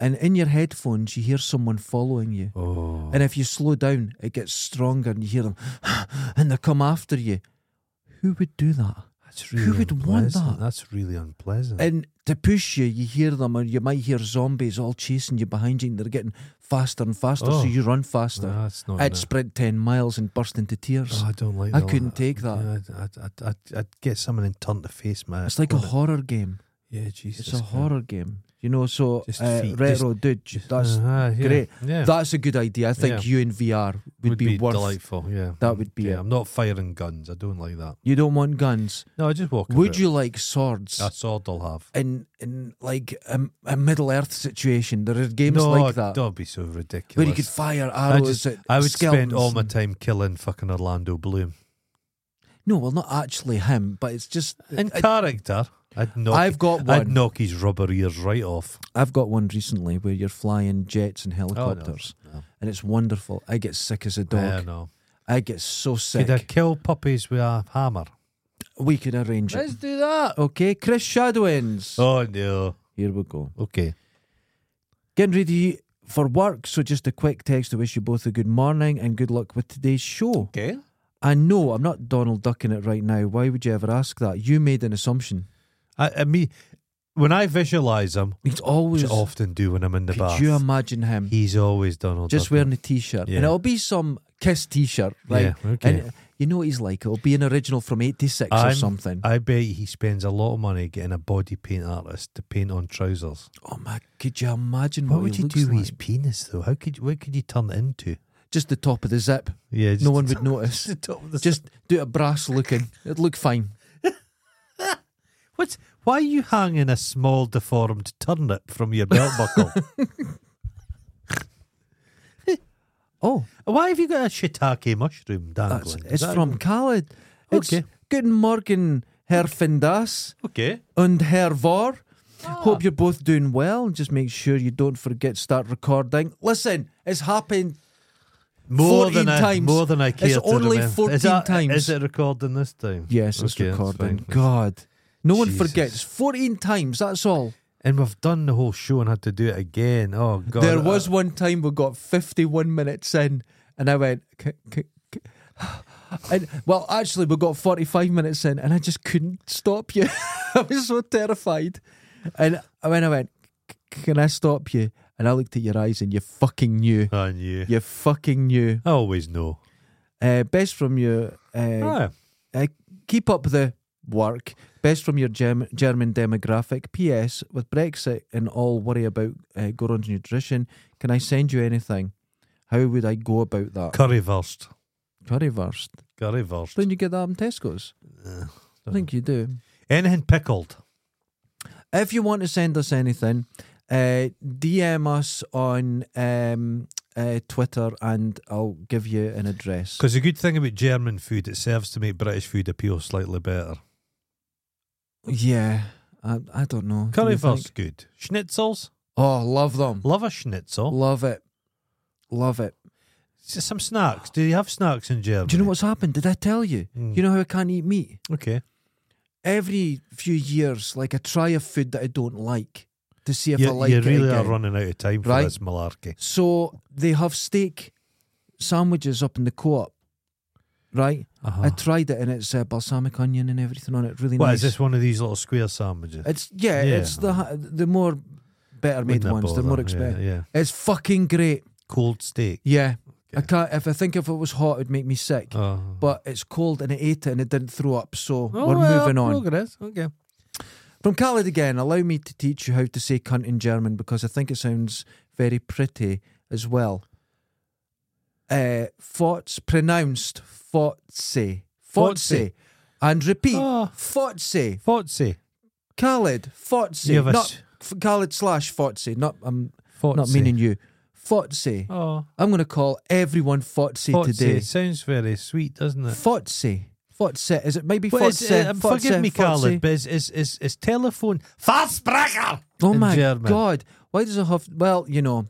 Speaker 2: and in your headphones, you hear someone following you.
Speaker 1: Oh.
Speaker 2: And if you slow down, it gets stronger and you hear them *gasps* and they come after you. Who would do that?
Speaker 1: That's
Speaker 2: who
Speaker 1: really
Speaker 2: would want
Speaker 1: unpleasant.
Speaker 2: that?
Speaker 1: That's really unpleasant.
Speaker 2: And to push you, you hear them and you might hear zombies all chasing you behind you and they're getting faster and faster.
Speaker 1: Oh.
Speaker 2: So you run faster.
Speaker 1: Nah, that's not
Speaker 2: I'd
Speaker 1: nice.
Speaker 2: sprint 10 miles and burst into tears.
Speaker 1: Oh, I don't like
Speaker 2: I
Speaker 1: that.
Speaker 2: couldn't take that.
Speaker 1: Yeah, I'd, I'd, I'd, I'd, I'd get someone and turn the face, man.
Speaker 2: it's like a horror game.
Speaker 1: Yeah, Jesus.
Speaker 2: It's a
Speaker 1: Christ.
Speaker 2: horror game. You know, so
Speaker 1: Just
Speaker 2: uh,
Speaker 1: feet,
Speaker 2: retro, dude, that's
Speaker 1: Ah, yeah,
Speaker 2: great.
Speaker 1: Yeah.
Speaker 2: that's a good idea. I think
Speaker 1: Yeah.
Speaker 2: you in VR would, be, worth.
Speaker 1: delightful. Yeah,
Speaker 2: That would be
Speaker 1: Yeah,
Speaker 2: it.
Speaker 1: I'm not firing guns. I don't like that.
Speaker 2: You don't want guns.
Speaker 1: No, I just walk.
Speaker 2: Would you like swords?
Speaker 1: A sword I'll have.
Speaker 2: in in like a, a Middle Earth situation. There are games
Speaker 1: no,
Speaker 2: like that
Speaker 1: Don't be so ridiculous.
Speaker 2: where you could fire
Speaker 1: I
Speaker 2: arrows.
Speaker 1: just,
Speaker 2: at
Speaker 1: I would spend
Speaker 2: skeletons
Speaker 1: all my
Speaker 2: and-
Speaker 1: time killing fucking Orlando Bloom
Speaker 2: no, well, not actually him, but it's just.
Speaker 1: in
Speaker 2: Uh, I,
Speaker 1: character. I'd knock.
Speaker 2: I've got
Speaker 1: I'd
Speaker 2: one.
Speaker 1: knock his rubber ears right off.
Speaker 2: I've got one recently where you're flying jets
Speaker 1: Oh,
Speaker 2: and
Speaker 1: no.
Speaker 2: helicopters,
Speaker 1: No.
Speaker 2: and it's wonderful. I get sick as a dog.
Speaker 1: Yeah, no.
Speaker 2: I get so sick.
Speaker 1: Could I kill puppies with a hammer?
Speaker 2: we could arrange it.
Speaker 1: do that.
Speaker 2: Okay, Chris Shadowins.
Speaker 1: Oh no.
Speaker 2: Here we go.
Speaker 1: Okay.
Speaker 2: Getting ready for work, so just a quick text to wish you both a good morning and good luck with today's show.
Speaker 1: Okay.
Speaker 2: I know I'm not Donald ducking it right now. Why would you ever ask that? You made an assumption.
Speaker 1: I, I mean, when I visualize him,
Speaker 2: He's
Speaker 1: which
Speaker 2: always.
Speaker 1: I often do when I'm in the
Speaker 2: could
Speaker 1: bath,
Speaker 2: you imagine him
Speaker 1: he's always Donald.
Speaker 2: just
Speaker 1: Duck.
Speaker 2: wearing a t-shirt,
Speaker 1: Yeah.
Speaker 2: and it'll be some Kiss t-shirt, right?
Speaker 1: Yeah, okay.
Speaker 2: And you know what he's like. It'll be an original from '86 or
Speaker 1: I'm-
Speaker 2: something.
Speaker 1: I bet he spends a lot of money getting a body paint artist to paint on trousers.
Speaker 2: oh my! Could you imagine
Speaker 1: What,
Speaker 2: what,
Speaker 1: would you
Speaker 2: he looks
Speaker 1: do with
Speaker 2: like?
Speaker 1: his penis though? How could what could you turn it into?
Speaker 2: Just the top of the zip.
Speaker 1: Yeah,
Speaker 2: No one would notice.
Speaker 1: the top of the
Speaker 2: Just do a brass looking. It'd look fine.
Speaker 1: *laughs* what's why are you hanging a small deformed turnip from your belt buckle?
Speaker 2: Oh,
Speaker 1: why have you got a shiitake mushroom
Speaker 2: that's,
Speaker 1: dangling? Is
Speaker 2: it's
Speaker 1: that-
Speaker 2: from Khaled. It's
Speaker 1: Okay.
Speaker 2: Guten Morgen, Herr Findas.
Speaker 1: okay.
Speaker 2: and Hervor. Hope you're both doing well. Just make sure you don't forget to start recording. Listen, it's happened
Speaker 1: More
Speaker 2: 14
Speaker 1: than I,
Speaker 2: times.
Speaker 1: More than I care
Speaker 2: It's
Speaker 1: to
Speaker 2: only
Speaker 1: remember.
Speaker 2: 14
Speaker 1: is that,
Speaker 2: times.
Speaker 1: Is it recording this time?
Speaker 2: Yes, it's
Speaker 1: Okay, that's
Speaker 2: recording.
Speaker 1: fine.
Speaker 2: God. No one
Speaker 1: Jesus.
Speaker 2: forgets. 14 times, that's all.
Speaker 1: And we've done the whole show and had to do it again. Oh God!
Speaker 2: there was one time we got 51 minutes in, and I went, "K- k- k-" *sighs* and, well, actually, we got 45 minutes in, and I just couldn't stop you. *laughs* I was so terrified. And when I went, "C- Can I stop you? And I looked at your eyes, and you fucking knew.
Speaker 1: I knew.
Speaker 2: You fucking knew.
Speaker 1: I always know.
Speaker 2: Uh, best from you. Uh,
Speaker 1: Ah,
Speaker 2: Uh, keep up the work. Best from your Gem- German demographic. P.S. With Brexit and all worry about uh, Goron's nutrition, can I send you anything? How would I go about that?
Speaker 1: currywurst.
Speaker 2: Currywurst.
Speaker 1: Currywurst.
Speaker 2: Don't you get that in Tesco's? I think you do.
Speaker 1: Anything pickled.
Speaker 2: If you want to send us anything, uh, DM us on um, uh, Twitter and I'll give you an address.
Speaker 1: Because the good thing about German food, it serves to make British food appeal slightly better.
Speaker 2: Yeah, I, I don't know. Don't you think?
Speaker 1: Currywurst, good. Schnitzels,
Speaker 2: Oh, love them.
Speaker 1: love a schnitzel.
Speaker 2: Love it. Love it.
Speaker 1: S- Some snacks. Do you have snacks in Germany?
Speaker 2: Do you know what's happened? Did I tell you?
Speaker 1: Mm.
Speaker 2: You know how I can't eat meat?
Speaker 1: Okay.
Speaker 2: Every few years, like I try a food that I don't like to see if I
Speaker 1: You,
Speaker 2: like
Speaker 1: you
Speaker 2: it.
Speaker 1: really are
Speaker 2: again.
Speaker 1: running out of time for
Speaker 2: Right.
Speaker 1: this malarkey.
Speaker 2: So they have steak sandwiches up in the co-op, right? I tried it and Uh-huh. it's uh, balsamic onion and everything on it. Really
Speaker 1: Ah. What
Speaker 2: nice.
Speaker 1: is this? One of these little square sandwiches?
Speaker 2: It's yeah,
Speaker 1: Yeah.
Speaker 2: it's the ha- the more better made
Speaker 1: Wouldn't I
Speaker 2: ones. They're more
Speaker 1: bother?
Speaker 2: expensive.
Speaker 1: Yeah, yeah.
Speaker 2: It's fucking great.
Speaker 1: Cold steak.
Speaker 2: Yeah, I can't. If I think if it was hot, it'd make me sick.
Speaker 1: Oh.
Speaker 2: but it's cold and I ate it and it didn't throw up, so
Speaker 1: Oh,
Speaker 2: we're
Speaker 1: well,
Speaker 2: moving on.
Speaker 1: Progress. Okay.
Speaker 2: From Khaled again, allow me to teach you how to say cunt in German because I think it sounds very pretty as well. Uh, Fotz, pronounced Fotze. Fotze.
Speaker 1: Fotze.
Speaker 2: And repeat,
Speaker 1: Ah.
Speaker 2: Fotze.
Speaker 1: Fotsy.
Speaker 2: Khaled, Fotze.
Speaker 1: You have a
Speaker 2: not
Speaker 1: s-
Speaker 2: f- Khaled slash Fotze. Not, I'm
Speaker 1: Fotsy.
Speaker 2: not meaning you. Fotze.
Speaker 1: Oh,
Speaker 2: I'm going to call everyone Fotze
Speaker 1: Fotsy.
Speaker 2: today.
Speaker 1: It sounds very sweet, doesn't it?
Speaker 2: Fotze. Fotze. Is it maybe
Speaker 1: Well, it's,
Speaker 2: Fotze?
Speaker 1: uh,
Speaker 2: Fotze,
Speaker 1: forgive me,
Speaker 2: Fotze?
Speaker 1: Khaled, but it's, it's, it's, it's telephone. Fastbrecher!
Speaker 2: Oh
Speaker 1: in
Speaker 2: my
Speaker 1: German.
Speaker 2: god! Why does it have? Well, you know,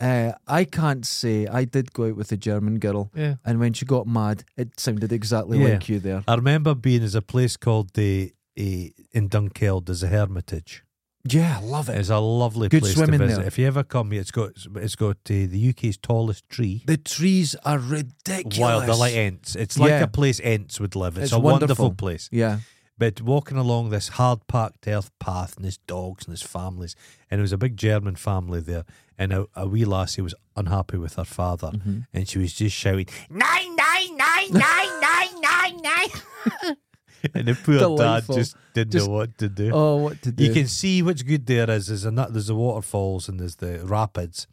Speaker 2: uh, I can't say I did go out with a German girl,
Speaker 1: Yeah.
Speaker 2: and when she got mad, it sounded exactly
Speaker 1: Yeah.
Speaker 2: like you there.
Speaker 1: I remember being there's a place called the a, in Dunkeld. There's a Hermitage.
Speaker 2: Yeah, love it.
Speaker 1: It's a lovely
Speaker 2: Good
Speaker 1: place
Speaker 2: swimming
Speaker 1: to visit.
Speaker 2: there.
Speaker 1: If you ever come here, it's got it's got uh, the UK's tallest tree.
Speaker 2: The trees are ridiculous.
Speaker 1: Wild, they're like ents. It's like
Speaker 2: Yeah.
Speaker 1: a place ents would live. It's,
Speaker 2: It's
Speaker 1: a wonderful,
Speaker 2: wonderful.
Speaker 1: place. *laughs*
Speaker 2: Yeah,
Speaker 1: But walking along this hard packed earth path, and there's dogs and there's families, and there was a big German family there, and a, a wee lassie was unhappy with her father,
Speaker 2: Mm-hmm.
Speaker 1: and she was just shouting, nine, nine, nine, nine, nine, nine, nine. *laughs* and the poor
Speaker 2: Delightful.
Speaker 1: dad just didn't
Speaker 2: Just-
Speaker 1: know what to do.
Speaker 2: oh, what to do?
Speaker 1: You can see what's good there is there's a nut, there's the waterfalls and there's the rapids,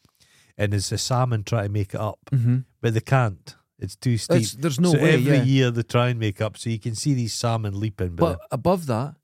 Speaker 1: and there's the salmon try to make it up, but they can't. It's too steep.
Speaker 2: Mm-hmm. It's- there's no
Speaker 1: so
Speaker 2: way,
Speaker 1: Every
Speaker 2: yeah.
Speaker 1: year they try and make up, so you can see these salmon leaping. But,
Speaker 2: but above that,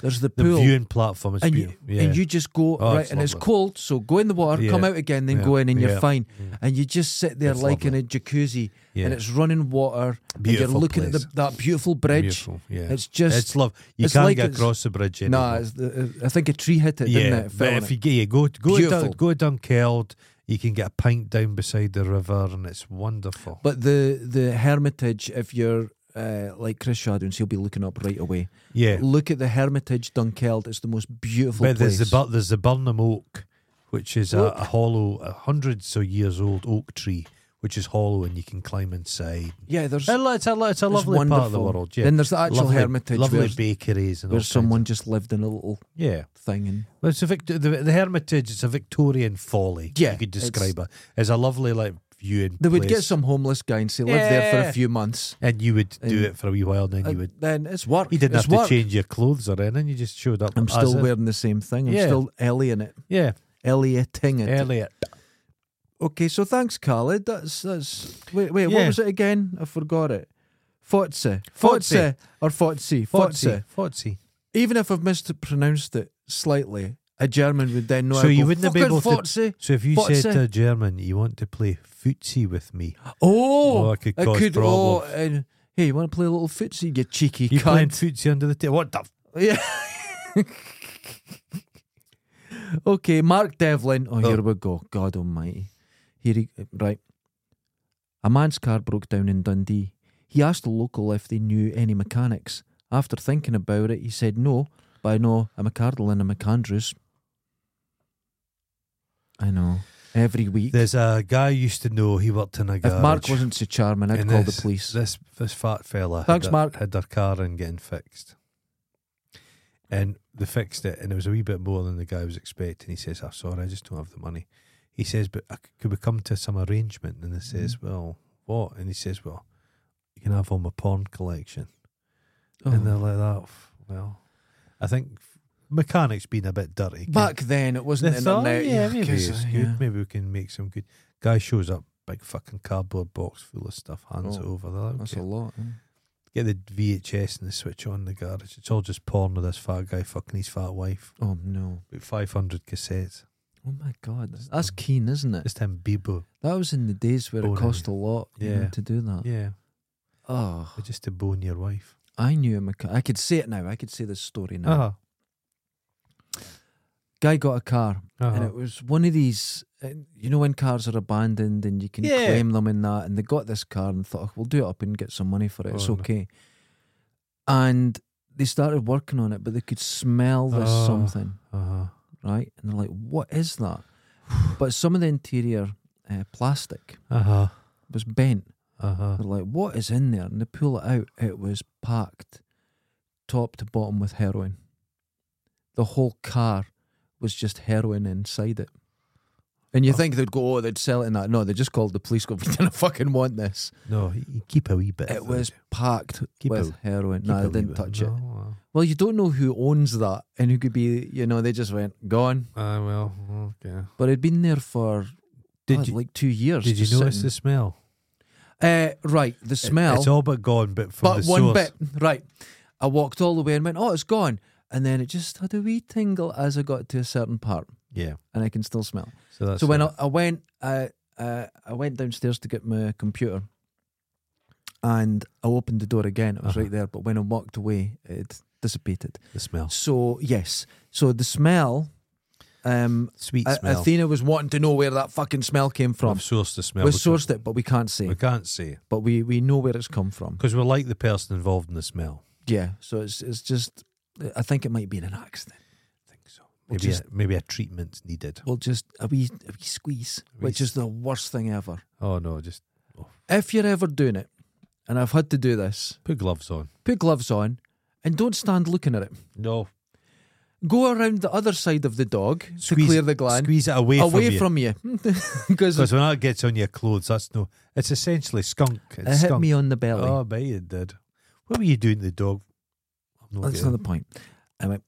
Speaker 2: there's the
Speaker 1: the
Speaker 2: pool,
Speaker 1: viewing platform is
Speaker 2: and you
Speaker 1: beautiful. yeah.
Speaker 2: and you just go
Speaker 1: Oh,
Speaker 2: right,
Speaker 1: it's
Speaker 2: and it's
Speaker 1: lovely.
Speaker 2: cold, so go in the water, come
Speaker 1: Yeah.
Speaker 2: out again, then
Speaker 1: Yeah.
Speaker 2: go in, and you're
Speaker 1: Yeah.
Speaker 2: fine. And you just sit there
Speaker 1: It's
Speaker 2: like in a jacuzzi,
Speaker 1: Yeah.
Speaker 2: and it's running water, and you're
Speaker 1: Beautiful
Speaker 2: looking at
Speaker 1: place.
Speaker 2: the, that beautiful bridge.
Speaker 1: Beautiful, yeah.
Speaker 2: It's just-
Speaker 1: it's love. You
Speaker 2: it's
Speaker 1: can't
Speaker 2: like
Speaker 1: get
Speaker 2: it's-
Speaker 1: across the bridge.
Speaker 2: No,
Speaker 1: anymore.
Speaker 2: nah, it's the- uh, I think a tree hit it,
Speaker 1: yeah.
Speaker 2: didn't it? It fell
Speaker 1: but
Speaker 2: on
Speaker 1: if
Speaker 2: it.
Speaker 1: you get you go go
Speaker 2: Beautiful.
Speaker 1: down go down Keld, you can get a pint down beside the river, and it's wonderful.
Speaker 2: But the the Hermitage, if you're uh, like Chris Shadowns, he'll be looking up right away.
Speaker 1: yeah,
Speaker 2: Look at the Hermitage, Dunkeld. It's the most beautiful
Speaker 1: But
Speaker 2: place.
Speaker 1: there's the Bu- there's the Burnham oak, which is a,
Speaker 2: Oak?
Speaker 1: a hollow, a hundreds of years old oak tree, which is hollow and you can climb inside.
Speaker 2: yeah, there's
Speaker 1: It's a, it's a lovely
Speaker 2: it's
Speaker 1: part of the
Speaker 2: wonderful.
Speaker 1: world. Yeah.
Speaker 2: Then there's the actual
Speaker 1: lovely,
Speaker 2: Hermitage
Speaker 1: lovely
Speaker 2: where-
Speaker 1: bakeries and all
Speaker 2: where
Speaker 1: kinds
Speaker 2: someone
Speaker 1: of-
Speaker 2: just lived in a little
Speaker 1: yeah.
Speaker 2: thing and
Speaker 1: Well, It's a Vict- the, the Hermitage. It's a Victorian folly.
Speaker 2: Yeah,
Speaker 1: you could
Speaker 2: it's-
Speaker 1: describe it. It's a lovely like viewing.
Speaker 2: they would
Speaker 1: place,
Speaker 2: get some homeless guy and say, "Live there for a
Speaker 1: Yeah.
Speaker 2: few months."
Speaker 1: and uh, you would do
Speaker 2: and-
Speaker 1: it for a wee while, and then you
Speaker 2: And
Speaker 1: would.
Speaker 2: then it's work.
Speaker 1: You didn't
Speaker 2: it's
Speaker 1: have to
Speaker 2: work.
Speaker 1: change your clothes or anything. You just showed up.
Speaker 2: I'm
Speaker 1: as
Speaker 2: still
Speaker 1: it.
Speaker 2: wearing the same thing. I'm
Speaker 1: Yeah.
Speaker 2: still Ellie in it,
Speaker 1: Yeah,
Speaker 2: Elliotting it.
Speaker 1: Elliot.
Speaker 2: Okay, so thanks, Khaled. That's that's. Wait, wait, what
Speaker 1: Yeah.
Speaker 2: was it again? I forgot it. Fotze, Fotze,
Speaker 1: Fotze.
Speaker 2: or Fotze, Fotze.
Speaker 1: Fotsy, Fotsy.
Speaker 2: Even if I've mispronounced it slightly, a German would then know.
Speaker 1: So
Speaker 2: I'd
Speaker 1: you
Speaker 2: go,
Speaker 1: wouldn't be
Speaker 2: "Fucking
Speaker 1: able to-
Speaker 2: Fotze.
Speaker 1: So if you
Speaker 2: Fotsy.
Speaker 1: said to a German, you want to play footsie with me,
Speaker 2: Oh,
Speaker 1: Oh, it could
Speaker 2: I
Speaker 1: cause
Speaker 2: could. Oh,
Speaker 1: problems.
Speaker 2: and hey, you want to play a little footsie, you cheeky
Speaker 1: you playing
Speaker 2: cunt?
Speaker 1: footsie under the table? What the? F-
Speaker 2: Yeah. okay, Mark Oh, Devlin. Oh,
Speaker 1: Oh.
Speaker 2: here we go. God Almighty. Here he right. A man's car broke down in Dundee. He asked the local if they knew any mechanics. After thinking about it, he said no, but I know a McArdle and a McAndrews. I know. Every week.
Speaker 1: There's a guy I used to know. He worked in a garage.
Speaker 2: if Mark wasn't so charming, I'd
Speaker 1: and
Speaker 2: call
Speaker 1: this-
Speaker 2: the police.
Speaker 1: This this fat fella had
Speaker 2: Thanks,
Speaker 1: their-
Speaker 2: Mark.
Speaker 1: had their car in getting fixed, and they fixed it, and it was a wee bit more than the guy was expecting. He says, "I'm sorry, I just don't have the money." He says, "But I c- could we come to some arrangement?" And they says,
Speaker 2: Mm-hmm.
Speaker 1: "Well, what?" And he says, "Well, you can have all my porn collection."
Speaker 2: Oh.
Speaker 1: And they're like, "That f- well, I think mechanics being a bit dirty." can-
Speaker 2: Back then, it
Speaker 1: they
Speaker 2: wasn't
Speaker 1: thought,
Speaker 2: internet.
Speaker 1: yeah, maybe
Speaker 2: 'cause,
Speaker 1: it's
Speaker 2: uh,
Speaker 1: good.
Speaker 2: yeah.
Speaker 1: Maybe we can make some good." Guy shows up, big fucking cardboard box full of stuff, hands
Speaker 2: Oh,
Speaker 1: it over. They're like,
Speaker 2: That's
Speaker 1: "Okay."
Speaker 2: a lot. yeah.
Speaker 1: get the VHS and the switch on in the garage. It's all just porn of this fat guy fucking his fat wife.
Speaker 2: Oh, no.
Speaker 1: About 500 cassettes.
Speaker 2: Oh, my God. That's, that's keen, isn't it?
Speaker 1: Just him Bebo.
Speaker 2: That was in the days where it
Speaker 1: Boning.
Speaker 2: cost a lot you know,
Speaker 1: Yeah.
Speaker 2: to do that.
Speaker 1: Yeah,
Speaker 2: Oh,
Speaker 1: but just to bone your wife.
Speaker 2: I knew a mecha- I could say it now. I could say this story now.
Speaker 1: Uh-huh.
Speaker 2: Guy got a car, and
Speaker 1: Uh-huh.
Speaker 2: it was one of these. uh, You know when cars are abandoned and you can
Speaker 1: Yeah.
Speaker 2: claim them and that, and they got this car and thought, "Oh, we'll do it up and get some money for it. It's
Speaker 1: Oh, no.
Speaker 2: okay. And they started working on it, but they could smell this
Speaker 1: Oh.
Speaker 2: something.
Speaker 1: uh-huh.
Speaker 2: right? And they're like, what is that? but some of the interior uh, plastic
Speaker 1: Uh-huh.
Speaker 2: was bent.
Speaker 1: Uh-huh.
Speaker 2: They're like, what is in there? And they pull it out. It was packed top to bottom with heroin. The whole car was just heroin inside it. And you think they'd go, oh, they'd sell it in that. No, they just called the police, *laughs* go, we didn't fucking want this.
Speaker 1: No, y- you keep a wee bit.
Speaker 2: It was packed
Speaker 1: Keep
Speaker 2: with
Speaker 1: it-
Speaker 2: heroin. No, they didn't touch it.
Speaker 1: Well,
Speaker 2: Well, you don't know who owns that and who could be, you know, they just went, gone.
Speaker 1: Ah, well, okay.
Speaker 2: But it'd been there for
Speaker 1: Did
Speaker 2: God,
Speaker 1: you
Speaker 2: like two years.
Speaker 1: did you
Speaker 2: just
Speaker 1: notice the
Speaker 2: sitting.
Speaker 1: smell?
Speaker 2: Uh, right, the
Speaker 1: It-
Speaker 2: smell,
Speaker 1: it's all but gone, but from
Speaker 2: but
Speaker 1: the
Speaker 2: one
Speaker 1: source.
Speaker 2: bit. Right, I walked all the way and went, oh, it's gone. And then it just had a wee tingle as I got to a certain part,
Speaker 1: Yeah.
Speaker 2: and I can still smell.
Speaker 1: So that's
Speaker 2: so when I,
Speaker 1: it.
Speaker 2: I went, uh, uh, I went downstairs to get my computer, and I opened the door again. It was
Speaker 1: Uh-huh.
Speaker 2: right there, but when I walked away, it dissipated.
Speaker 1: the smell,
Speaker 2: So yes, so the smell. Um,
Speaker 1: sweet
Speaker 2: A-
Speaker 1: smell.
Speaker 2: Athena was wanting to know where that fucking smell came
Speaker 1: We've
Speaker 2: from.
Speaker 1: sourced the smell.
Speaker 2: We
Speaker 1: because
Speaker 2: sourced it, but we can't say.
Speaker 1: We can't see
Speaker 2: but we we know where it's come from.
Speaker 1: because we're like the person involved in the smell.
Speaker 2: Yeah, so it's it's just I think it might be an accident.
Speaker 1: think so.
Speaker 2: Well,
Speaker 1: Maybe
Speaker 2: just-
Speaker 1: a, maybe a treatment's needed.
Speaker 2: Well, just a wee a wee squeeze,
Speaker 1: A wee
Speaker 2: which is the worst thing ever.
Speaker 1: Oh no, just
Speaker 2: If you're ever doing it, and I've had to do this,
Speaker 1: put gloves on.
Speaker 2: put gloves on, and don't stand looking at it.
Speaker 1: No,
Speaker 2: Go around the other side of the dog to
Speaker 1: Squeeze-
Speaker 2: clear the gland
Speaker 1: squeeze it away,
Speaker 2: away
Speaker 1: from
Speaker 2: from you, *laughs* because
Speaker 1: because when that gets on your clothes, that's no. It's essentially skunk. It's
Speaker 2: it hit
Speaker 1: skunk.
Speaker 2: me on the belly.
Speaker 1: Oh, I bet you did. What were you doing to the dog? I'm not
Speaker 2: That's not the point. I went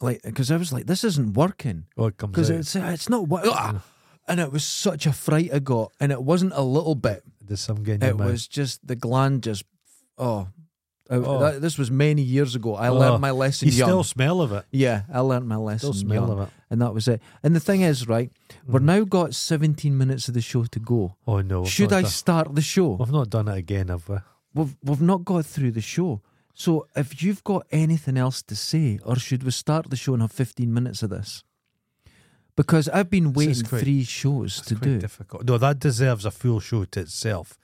Speaker 2: like because I was like, this isn't working.
Speaker 1: Oh, it comes
Speaker 2: Because
Speaker 1: out.
Speaker 2: it's it's not wo- Ah! and it was such a fright I got, and it wasn't a little bit.
Speaker 1: There's some getting
Speaker 2: It was just the gland just oh, I-
Speaker 1: Oh.
Speaker 2: that- this was many years ago. I
Speaker 1: Oh.
Speaker 2: learned my lesson
Speaker 1: You
Speaker 2: young.
Speaker 1: still smell of it.
Speaker 2: yeah, I learned my lesson
Speaker 1: Still smell
Speaker 2: young,
Speaker 1: of it. Mm-hmm.
Speaker 2: and that was it. And the thing is, right, we've now got 17 minutes of the show to go.
Speaker 1: Oh no. we've
Speaker 2: Should
Speaker 1: not
Speaker 2: I
Speaker 1: done-
Speaker 2: start the show?
Speaker 1: We've not done it again, have we?
Speaker 2: We've we've not got through the show. So if you've got anything else to say, or should we start the show and have 15 minutes of this? Because I've been
Speaker 1: This is
Speaker 2: waiting
Speaker 1: quite-
Speaker 2: three shows
Speaker 1: It's
Speaker 2: to
Speaker 1: quite
Speaker 2: do.
Speaker 1: difficult. No, that deserves a full show to itself.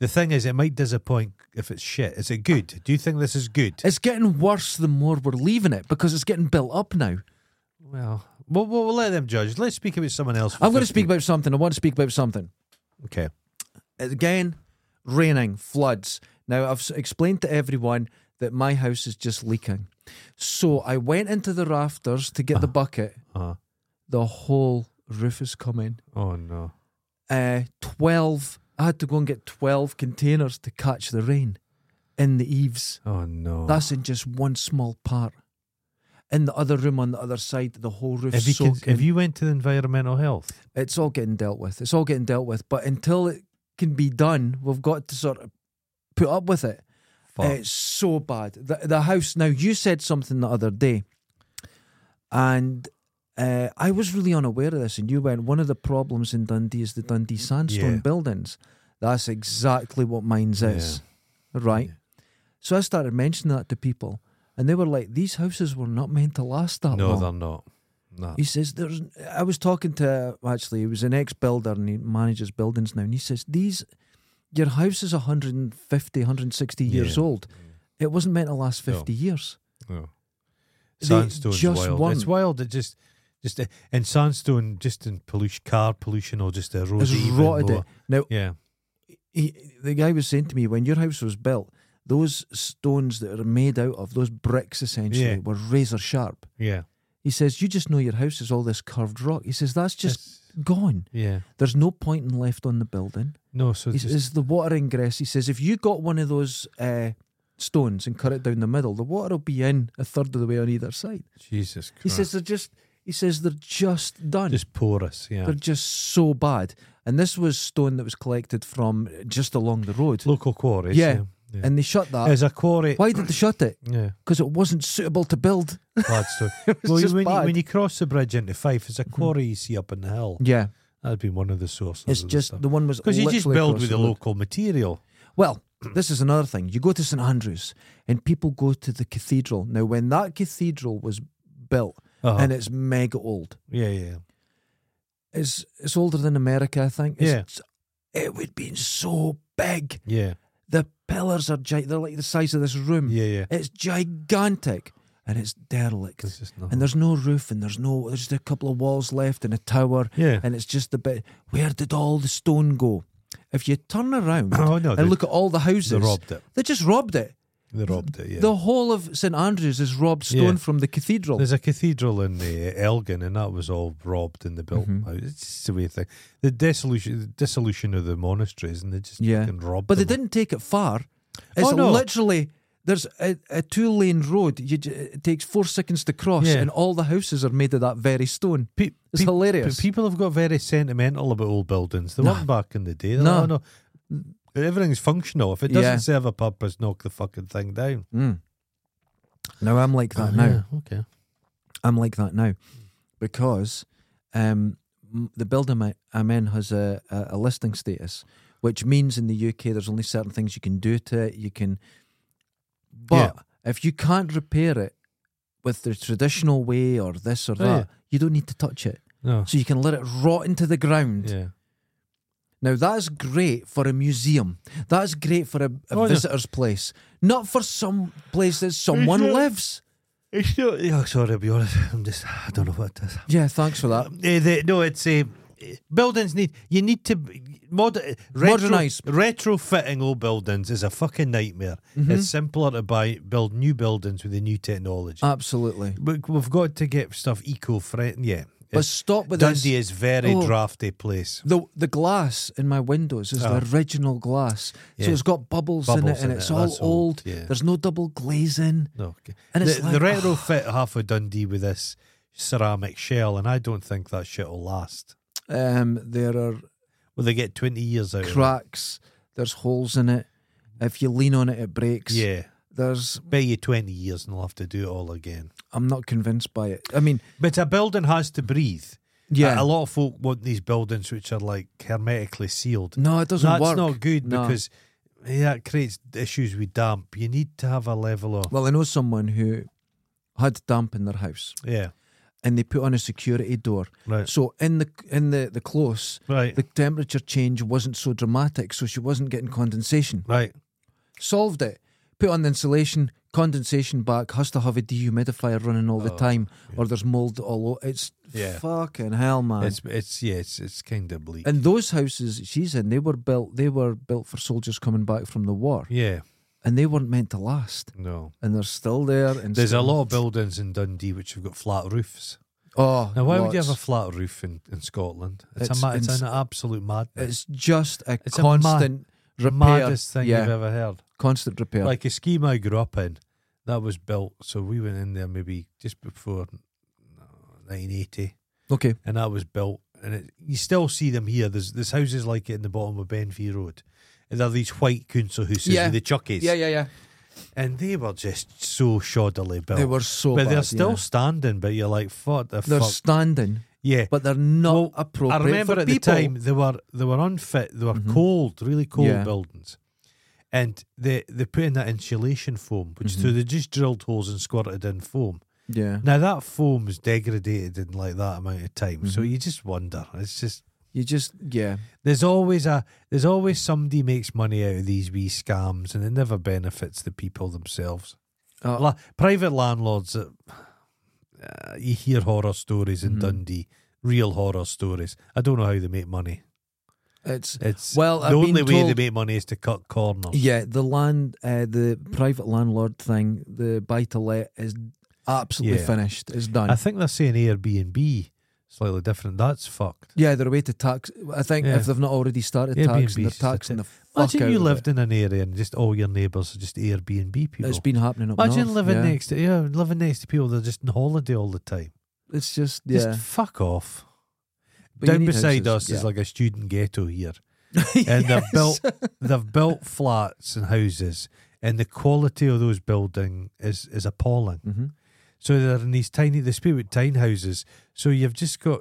Speaker 1: The thing is, it might disappoint if it's shit. Is it good? Do you think this is good?
Speaker 2: It's getting worse the more we're leaving it because it's getting built up now.
Speaker 1: Well, we'll, we'll, we'll let them judge. Let's speak about someone else. for
Speaker 2: I'm going to
Speaker 1: 15.
Speaker 2: speak about something. I want to speak about something.
Speaker 1: Okay.
Speaker 2: Again, raining, floods. Now, I've s- explained to everyone that my house is just leaking. So I went into the rafters to get the bucket.
Speaker 1: Uh-huh.
Speaker 2: The whole roof is coming.
Speaker 1: Oh no.
Speaker 2: Uh, 12, I had to go and get 12 containers to catch the rain in the eaves.
Speaker 1: Oh no.
Speaker 2: That's in just one small part. In the other room on the other side, the whole roof
Speaker 1: if you
Speaker 2: soaking.
Speaker 1: could, if you went to the environmental health.
Speaker 2: it's all getting dealt with. It's all getting dealt with. But until it can be done, we've got to sort of put up with it. It's so bad. The, the house. Now you said something the other day, and uh, I was really unaware of this. And you went, one of the problems in Dundee is the Dundee sandstone
Speaker 1: Yeah.
Speaker 2: buildings. That's exactly what mines is, right? So I started mentioning that to people, and they were like, "These houses were not meant to last that
Speaker 1: no,
Speaker 2: long."
Speaker 1: they're not. No.
Speaker 2: He says, "There's." I was talking to actually, he was an ex-builder and he manages buildings now, and he says these your house is 150, 160 years
Speaker 1: Yeah.
Speaker 2: old. It wasn't meant to last 50 years.
Speaker 1: No.
Speaker 2: They
Speaker 1: Oh. Sandstone's
Speaker 2: just
Speaker 1: wild. It's
Speaker 2: want-
Speaker 1: wild. It just, just uh, and sandstone, just in pollution, car pollution, or just erodes.
Speaker 2: It's
Speaker 1: even
Speaker 2: rotted
Speaker 1: more.
Speaker 2: it. Now,
Speaker 1: Yeah,
Speaker 2: he, the guy was saying to me, when your house was built, those stones that are made out of, those bricks essentially,
Speaker 1: Yeah.
Speaker 2: were razor sharp.
Speaker 1: yeah,
Speaker 2: He says, You just know your house is all this curved rock. He says, That's just
Speaker 1: It's-
Speaker 2: gone.
Speaker 1: yeah.
Speaker 2: There's no point in left on the building.
Speaker 1: No, so
Speaker 2: He
Speaker 1: it's just,
Speaker 2: says, The water ingress. He says, If you got one of those uh, stones and cut it down the middle, the water will be in a third of the way on either side.
Speaker 1: Jesus Christ.
Speaker 2: He says, They're just. He says they're just done.
Speaker 1: just porous. Yeah,
Speaker 2: They're just so bad. And this was stone that was collected from just along the road.
Speaker 1: local quarries.
Speaker 2: Yeah.
Speaker 1: yeah. yeah.
Speaker 2: And uh, they shut that.
Speaker 1: as a quarry.
Speaker 2: Why did they shut it?
Speaker 1: Yeah,
Speaker 2: Because it wasn't suitable to build. *laughs*
Speaker 1: Gladstone. well, you-
Speaker 2: just
Speaker 1: when, you,
Speaker 2: bad. Mm-hmm.
Speaker 1: when you cross the bridge into Fife, it's a quarry you see up in the hill.
Speaker 2: Yeah,
Speaker 1: That'd be one of the sources.
Speaker 2: it's
Speaker 1: of
Speaker 2: just the one was
Speaker 1: because you just
Speaker 2: literally
Speaker 1: build
Speaker 2: across
Speaker 1: with
Speaker 2: the
Speaker 1: the
Speaker 2: road.
Speaker 1: local material.
Speaker 2: Well, this is another thing. You go to St Andrews, and people go to the cathedral. Now, when that cathedral was built,
Speaker 1: Uh-huh.
Speaker 2: and it's mega old.
Speaker 1: Yeah, yeah,
Speaker 2: It's it's older than America, I think. It's,
Speaker 1: Yeah.
Speaker 2: it's- it would be so big.
Speaker 1: yeah,
Speaker 2: The pillars are giant. They're like the size of this room.
Speaker 1: yeah, yeah.
Speaker 2: It's gigantic, and it's derelict.
Speaker 1: It's just
Speaker 2: and
Speaker 1: nothing.
Speaker 2: there's no roof and there's no there's just a couple of walls left and a tower
Speaker 1: Yeah.
Speaker 2: and it's just a bit where did all the stone go if you turn around
Speaker 1: *laughs* Oh, no,
Speaker 2: and
Speaker 1: they-
Speaker 2: look at all the houses
Speaker 1: They robbed it.
Speaker 2: they just robbed it
Speaker 1: They robbed it. Yeah.
Speaker 2: the whole of st andrews is robbed
Speaker 1: Yeah.
Speaker 2: stone from the cathedral
Speaker 1: There's a cathedral in the Elgin, and that was all robbed and they built.
Speaker 2: Mm-hmm.
Speaker 1: them out. It's just the way thing. The dissolution, the dissolution of the monasteries, and they just
Speaker 2: Yeah.
Speaker 1: fucking robbed.
Speaker 2: but they
Speaker 1: them.
Speaker 2: didn't take it far it's
Speaker 1: Oh, no.
Speaker 2: literally there's a, a two lane road you, j- it takes four seconds to cross
Speaker 1: Yeah.
Speaker 2: and all the houses are made of that very stone
Speaker 1: Pe-
Speaker 2: It's
Speaker 1: pe-
Speaker 2: hilarious.
Speaker 1: pe- people have got very sentimental about old buildings. They weren't back in the day. They're
Speaker 2: No.
Speaker 1: like, "Oh, no, everything's functional. If it doesn't
Speaker 2: Yeah.
Speaker 1: serve a purpose, knock the fucking thing down.
Speaker 2: Hmm. now i'm like that now
Speaker 1: Oh, Yeah, okay.
Speaker 2: I'm like that now because um, m- the building I- I'm in has a, a, a listing status, which means in the UK there's only certain things you can do to it. You can, but if you can't repair it with the traditional way or this or that,
Speaker 1: Oh, yeah.
Speaker 2: you don't need to touch it.
Speaker 1: No.
Speaker 2: So you can let it rot into the ground. *laughs*
Speaker 1: Yeah.
Speaker 2: Now that's great for a museum. That's great for a, a
Speaker 1: Oh, yeah.
Speaker 2: visitor's place, not for some place that someone lives.
Speaker 1: It's not, yeah, sorry, to be honest. I'm just, I don't know what it is.
Speaker 2: Yeah, thanks for that.
Speaker 1: Eh, they- no, it's a. Buildings need you need to mod, retro,
Speaker 2: Modernise.
Speaker 1: retrofitting old buildings is a fucking nightmare.
Speaker 2: Mm-hmm.
Speaker 1: It's simpler to buy build new buildings with the new technology.
Speaker 2: Uh, Absolutely.
Speaker 1: we, we've got to get stuff eco friendly. Yeah, Uh,
Speaker 2: But stop with this.
Speaker 1: Dundee is very
Speaker 2: Oh.
Speaker 1: drafty place.
Speaker 2: The the glass in my windows is
Speaker 1: Oh.
Speaker 2: the original glass,
Speaker 1: Yeah.
Speaker 2: so it's got bubbles, in
Speaker 1: Bubbles
Speaker 2: it, and
Speaker 1: in
Speaker 2: it's
Speaker 1: it, Oh,
Speaker 2: all
Speaker 1: that's
Speaker 2: old.
Speaker 1: old, yeah.
Speaker 2: There's no double glazing.
Speaker 1: No, okay.
Speaker 2: And
Speaker 1: the,
Speaker 2: it's
Speaker 1: the
Speaker 2: like, *sighs*
Speaker 1: retrofit half of Dundee with this ceramic shell, and I don't think that shit will last.
Speaker 2: Um, there are
Speaker 1: Will they get twenty years out? of
Speaker 2: cracks. There's holes in it. If you lean on it, it breaks.
Speaker 1: it? Yeah,
Speaker 2: There's.
Speaker 1: bet you twenty years, and they'll have to do it all again.
Speaker 2: I'm not convinced by it. I mean,
Speaker 1: But a building has to breathe.
Speaker 2: yeah.
Speaker 1: A, a lot of folk want these buildings which are like hermetically sealed.
Speaker 2: no, it doesn't
Speaker 1: That's
Speaker 2: work.
Speaker 1: not good
Speaker 2: No.
Speaker 1: because yeah, that creates issues with damp. You need to have a level of
Speaker 2: Well, I know someone who had damp in their house,
Speaker 1: yeah,
Speaker 2: and they put on a security door.
Speaker 1: right,
Speaker 2: So in the in the the close,
Speaker 1: right,
Speaker 2: the temperature change wasn't so dramatic, so she wasn't getting condensation.
Speaker 1: right.
Speaker 2: solved it. Put on the insulation, condensation back, has to have a dehumidifier running all the time, or there's mold all over. It's
Speaker 1: Oh, Yeah.
Speaker 2: fucking hell, man.
Speaker 1: It's it's yeah, it's it's kind of bleak.
Speaker 2: and those houses she's in, they were built. They were built for soldiers coming back from the war,
Speaker 1: yeah,
Speaker 2: and they weren't meant to last.
Speaker 1: no.
Speaker 2: And they're still there. And
Speaker 1: There's a
Speaker 2: still-
Speaker 1: lot of buildings in Dundee which have got flat roofs.
Speaker 2: Oh,
Speaker 1: Now, why would you have a
Speaker 2: lots.
Speaker 1: flat roof in, in Scotland? It's,
Speaker 2: It's-
Speaker 1: a ma- it's,
Speaker 2: it's-
Speaker 1: an absolute madness.
Speaker 2: It's just a
Speaker 1: It's a mad-
Speaker 2: constant repair.
Speaker 1: maddest thing
Speaker 2: yeah,
Speaker 1: you've ever heard.
Speaker 2: constant repair.
Speaker 1: Like a scheme I grew up in, that was built. So we went in there maybe just before uh, 1980,
Speaker 2: okay,
Speaker 1: and that was built. And it, you still see them here. There's there's houses like it in the bottom of Benfey Road. And they're these white council houses
Speaker 2: Yeah.
Speaker 1: with the chuckies.
Speaker 2: yeah, yeah, yeah.
Speaker 1: And they were just so shoddily built.
Speaker 2: They were so
Speaker 1: but
Speaker 2: bad.
Speaker 1: they're still
Speaker 2: yeah.
Speaker 1: standing, but you're like, fuck the
Speaker 2: they're
Speaker 1: fuck.
Speaker 2: standing,
Speaker 1: yeah.
Speaker 2: but they're not
Speaker 1: Well,
Speaker 2: appropriate.
Speaker 1: I remember
Speaker 2: for
Speaker 1: at
Speaker 2: people.
Speaker 1: the time they were they were unfit. They were cold, really cold
Speaker 2: Yeah.
Speaker 1: buildings, and they they put in that insulation foam, which so they just drilled holes and squirted in foam.
Speaker 2: Yeah.
Speaker 1: Now that foam's degraded in like that amount of time, so you just wonder. It's just
Speaker 2: You just yeah.
Speaker 1: There's always a there's always somebody makes money out of these wee scams, and it never benefits the people themselves.
Speaker 2: Uh,
Speaker 1: La- private landlords, uh, uh, you hear horror stories in
Speaker 2: Mhm.
Speaker 1: Dundee, real horror stories. I don't know how they make money.
Speaker 2: It's
Speaker 1: It's
Speaker 2: Well,
Speaker 1: the
Speaker 2: I've been
Speaker 1: only way
Speaker 2: told-
Speaker 1: they make money is to cut corners.
Speaker 2: yeah. The land, uh, the private landlord thing, the buy to let is absolutely
Speaker 1: Yeah.
Speaker 2: finished. It's done.
Speaker 1: I think they're saying Airbnb slightly different. That's fucked.
Speaker 2: yeah, they're a way to tax. I think
Speaker 1: Yeah.
Speaker 2: if they've not already started
Speaker 1: Airbnb
Speaker 2: taxing, they're
Speaker 1: is just a
Speaker 2: taxing the fuck
Speaker 1: Imagine
Speaker 2: out
Speaker 1: you
Speaker 2: of
Speaker 1: lived in an area and just all your neighbours are just Airbnb
Speaker 2: It.
Speaker 1: people.
Speaker 2: It's been happening. Up
Speaker 1: Imagine
Speaker 2: north,
Speaker 1: living
Speaker 2: yeah.
Speaker 1: next to yeah, living next to people that are just on holiday all the time.
Speaker 2: It's just yeah.
Speaker 1: *laughs* Just fuck off.
Speaker 2: But you
Speaker 1: Down
Speaker 2: need
Speaker 1: beside
Speaker 2: houses,
Speaker 1: us
Speaker 2: yeah.
Speaker 1: is like a student ghetto here. And
Speaker 2: uh,
Speaker 1: they've
Speaker 2: *laughs*
Speaker 1: built they've built flats and houses and the quality of those building is is appalling.
Speaker 2: hmm
Speaker 1: So they're in these tiny the spirit tiny houses. So you've just got